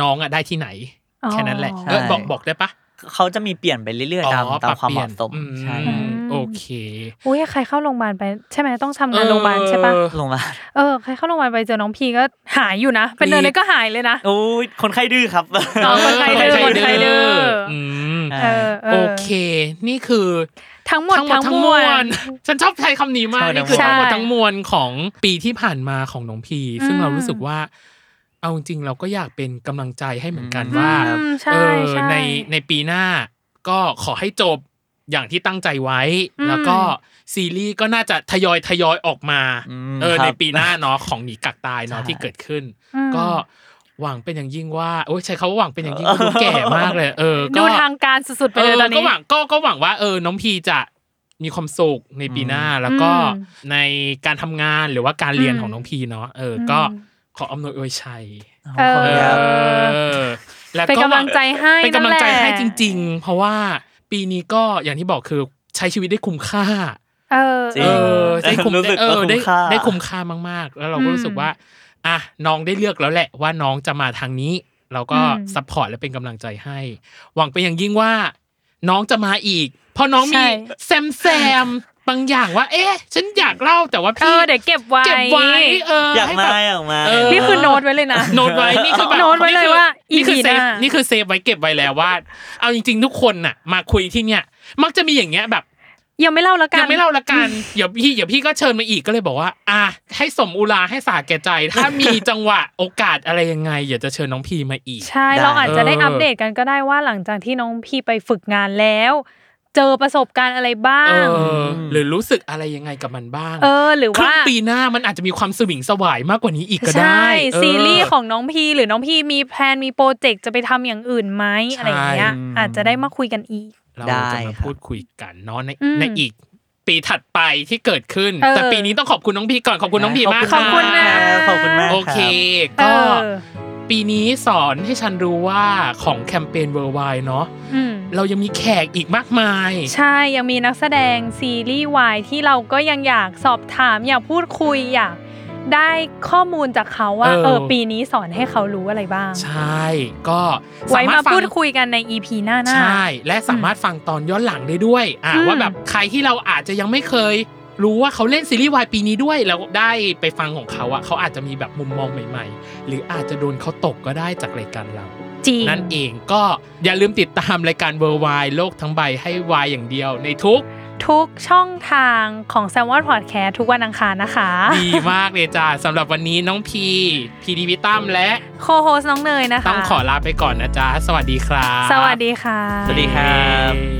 Speaker 1: น้องอ่ะได้ที่ไหน
Speaker 2: อ๋อ
Speaker 1: แค่นั้นแหละเออบอกบอกได้ปะ
Speaker 3: เขาจะมีเปลี่ยนไปเรื่อยๆตาม
Speaker 1: อ๋อ
Speaker 3: ตา
Speaker 1: ป
Speaker 3: ม
Speaker 1: รับ
Speaker 3: ความ
Speaker 1: ป
Speaker 3: เห
Speaker 1: ลี่ย
Speaker 3: มาะ
Speaker 1: น
Speaker 3: สม
Speaker 1: อืม
Speaker 3: ใช่
Speaker 1: โอเค
Speaker 2: อุ้ยใครเข้าโรงพยาบาลไปใช่ไหมต้องทำงานโรงพยาบาลใช่ปะ
Speaker 1: เออ
Speaker 3: ลงมา
Speaker 2: เออใครเข้าโรงพยาบาลไปเจอน้องพีก็หายอยู่นะ เป็นเนินเลยก็หายเลยนะ
Speaker 3: โอ้ยคนไข้ดื้อครับ
Speaker 2: อ๋อคนไข้ดื้อ
Speaker 1: คนไข้ดื้อ
Speaker 2: คนไข้ดื้ออื
Speaker 1: ม
Speaker 3: อ่า
Speaker 2: เออเออ
Speaker 1: โอเค นี่คือ
Speaker 2: ทั้งหมด
Speaker 1: ทั้งหมด
Speaker 2: ทั้
Speaker 1: ทั้
Speaker 2: ง
Speaker 1: ง
Speaker 2: ม
Speaker 1: ม
Speaker 2: ว
Speaker 1: ว
Speaker 2: ล
Speaker 1: ล ฉันชอบใช้คำนี้มาก
Speaker 3: ใช่
Speaker 1: นี่คือ
Speaker 2: ใช่
Speaker 1: ทั้งหมดทั้งมวลของปีที่ผ่านมาของน้องพีซึ่งเรารู้สึกว่า เอาจริงๆเราก็อยากเป็นกำลังใจให้เหมือนกันว่า
Speaker 2: อืมใช่
Speaker 1: เออ
Speaker 2: ใช่
Speaker 1: ในในปีหน้าก็ขอให้จบ อย่างที่ตั้งใจไว้ แล้วก็ซีรีส์ก็น่าจะทยอยทยอยออกมาเออ
Speaker 3: ครับ
Speaker 1: ในปีหน้าเนาะของหนีกักตายเนาะที่เกิดขึ้น
Speaker 2: อืม
Speaker 1: ก็หวังเป็นอย่างยิ่งว่าโอ้ยใช้คำว่าหวังเป็นอย่างยิ่งว่าดูแก่มากเลย เออ
Speaker 2: ดู
Speaker 1: ก็
Speaker 2: ทางการสุดๆไปเลยตอน
Speaker 1: ก็
Speaker 2: นี้
Speaker 1: หวังก็ก็หวังว่าเออน้องพีจะมีความสุขในปีหน้าแล้วก็
Speaker 2: อืม
Speaker 1: ในการทำงานหรือว่าการเรียน
Speaker 2: อืม
Speaker 1: ของน้องพีเนาะเอออ
Speaker 2: ม
Speaker 1: ก็ขออำนวยอวยชัย
Speaker 2: เอ
Speaker 1: เอ
Speaker 2: อ
Speaker 1: อแล้ว
Speaker 2: เป็นกำลังใจให้
Speaker 1: เป็นกำลังใจให้
Speaker 2: นั่นแหละ
Speaker 1: จริง ๆ เพราะว่าปีนี้ก็อย่างที่บอกคือใช้ชีวิตได้คุ้มค่า
Speaker 2: เออ
Speaker 3: จริ
Speaker 1: เอง อได้คุ้ม
Speaker 3: รู้สึก
Speaker 1: เอ
Speaker 3: ว่า
Speaker 1: อ
Speaker 3: คุ้ม
Speaker 1: ได้
Speaker 3: ค่า
Speaker 1: ได้คุ้มค่ามากๆ แล้วเราก็
Speaker 2: อืม
Speaker 1: รู้สึกว่าอ่ะน้องได้เลือกแล้วแหละว่าน้องจะมาทางนี้ เราก็
Speaker 2: อืม
Speaker 1: ซัพพอร์ตและเป็นกำลังใจให้ หวังเป็นอย่างยิ่งว่า น้องจะมาอีก เพราะน้อง
Speaker 2: ใช่
Speaker 1: มีแซมแซมบางอย่างว่า เอ๊ะ ฉันอยากเล่าแต่ว่า
Speaker 2: เอ
Speaker 1: พี่
Speaker 2: อเดี๋ยวเก็บไว้
Speaker 1: เก็บไว้เออ
Speaker 3: อยาก
Speaker 1: ให้
Speaker 3: มา
Speaker 1: แบบ
Speaker 3: อยากมา
Speaker 1: เออ
Speaker 2: นี่คือโน้ตไว้เลยนะ
Speaker 1: โน้ตไว้นี่คือแบบ
Speaker 2: โน้ตไว้เลยว่า
Speaker 1: นี่คือ
Speaker 2: EP
Speaker 1: เซฟ
Speaker 2: หน้านี่
Speaker 1: นี่คือเซฟไว้เก็บไว้แล้วว่า เอาจริง ๆ ทุกคนน่ะ มาคุยที่เนี่ย มักจะมีอย่างเงี้ยแบบ
Speaker 2: ยังไม่เล่าละกัน
Speaker 1: ยังไม่เล่าละกัน เดี๋ยวพี่เดี๋ยวพี่ก็เชิญมาอีกก็เลยบอกว่า อ่ะให้สมอุลาให้สาแก่ใจ ถ้ามีจังหวะโอกาสอะไรยังไงอยากจะเชิญน้องพีมาอีก
Speaker 2: ใช่
Speaker 3: ได้
Speaker 2: เราอาจจะได้
Speaker 1: เออ
Speaker 2: อัปเดตกันก็ได้ว่าหลังจากที่น้องพี่ไปฝึกงานแล้ว เจอประสบการณ์อะไรบ้า
Speaker 1: เอง อ หรือรู้สึกอะไรยังไงกับมันบ้าง
Speaker 2: เออหรือ
Speaker 1: ครึ่
Speaker 2: ว่า
Speaker 1: งปีหน้ามันอาจจะมีความสวิงสวายมากกว่านี้อีกก็ได้
Speaker 2: ใช่
Speaker 1: เออ
Speaker 2: ซีรีส์ของน้องพีหรือน้องพีมีแพลนมีโปรเจกต์จะไปทำอย่างอื่นไหม
Speaker 1: ใช่
Speaker 2: อะไรอย่างเงี้ยอาจจะได้มาคุยกันอีก
Speaker 1: เรา
Speaker 3: ได้
Speaker 1: จะมา
Speaker 3: ครับ
Speaker 1: พูดคุยกันเนาะใน
Speaker 2: อืม
Speaker 1: ในอีก ปีถัดไปที่เกิดขึ้น
Speaker 2: เออ
Speaker 1: แต่ปีนี้ต้องขอบคุณน้องพีก่อนขอบคุณน้องพีมาก
Speaker 2: ขอบคุณนะ
Speaker 3: ขอบคุณมากรับ
Speaker 1: โอเค
Speaker 2: เอ
Speaker 1: ก็
Speaker 2: อ
Speaker 1: ปีนี้สอนให้ฉันรู้ว่าของแคมเปญเวอร์ไวเนาะ
Speaker 2: อืม
Speaker 1: เรายังมีแขกอีกมากมาย
Speaker 2: ใช่ยังมีนักแสดงซีรีส์วายที่เราก็ยังอยากสอบถามอยากพูดคุยอยากได้ข้อมูลจากเขาว่า
Speaker 1: เออ
Speaker 2: เออปีนี้สอนให้เขารู้อะไรบ้าง
Speaker 1: ใช่ ก็ส
Speaker 2: ไว้
Speaker 1: รถ
Speaker 2: มา
Speaker 1: ฟัง
Speaker 2: พูดคุยกันใน EP หน้าหน้า
Speaker 1: ใช่ และสามารถฟังตอนย้อนหลังได้ด้วยอ่ะ
Speaker 2: อืม
Speaker 1: ว่าแบบใครที่เราอาจจะยังไม่เคย รู้ว่าเขาเล่นซีรีส์วายปีนี้ด้วยแล้วได้ไปฟังของเขาอ่ะเขาอาจจะมีแบบมุมมองใหม่ๆ หรืออาจจะโดนเขาตกก็ได้จากรายการเรา
Speaker 2: จริง
Speaker 1: นั่นเองก็อย่าลืมติดตามรายการเวอร์ไวโลกทั้งใบให้วายอย่างเดียวในทุก
Speaker 2: ทุกช่องทางของ s ซ l m o n Podcast ทุกวันอังคารนะคะ
Speaker 1: ดีมากเลยจ้าสำหรับวันนี้น้องพีพีดีพิตั้มและ
Speaker 2: โคโฮสน้องเนยนะคะ
Speaker 1: ต้องขอลาไปก่อนนะจ๊ะ สวัสดีครับ
Speaker 2: สวัสดีค่ะ
Speaker 3: สวัสดีครับ
Speaker 1: เย้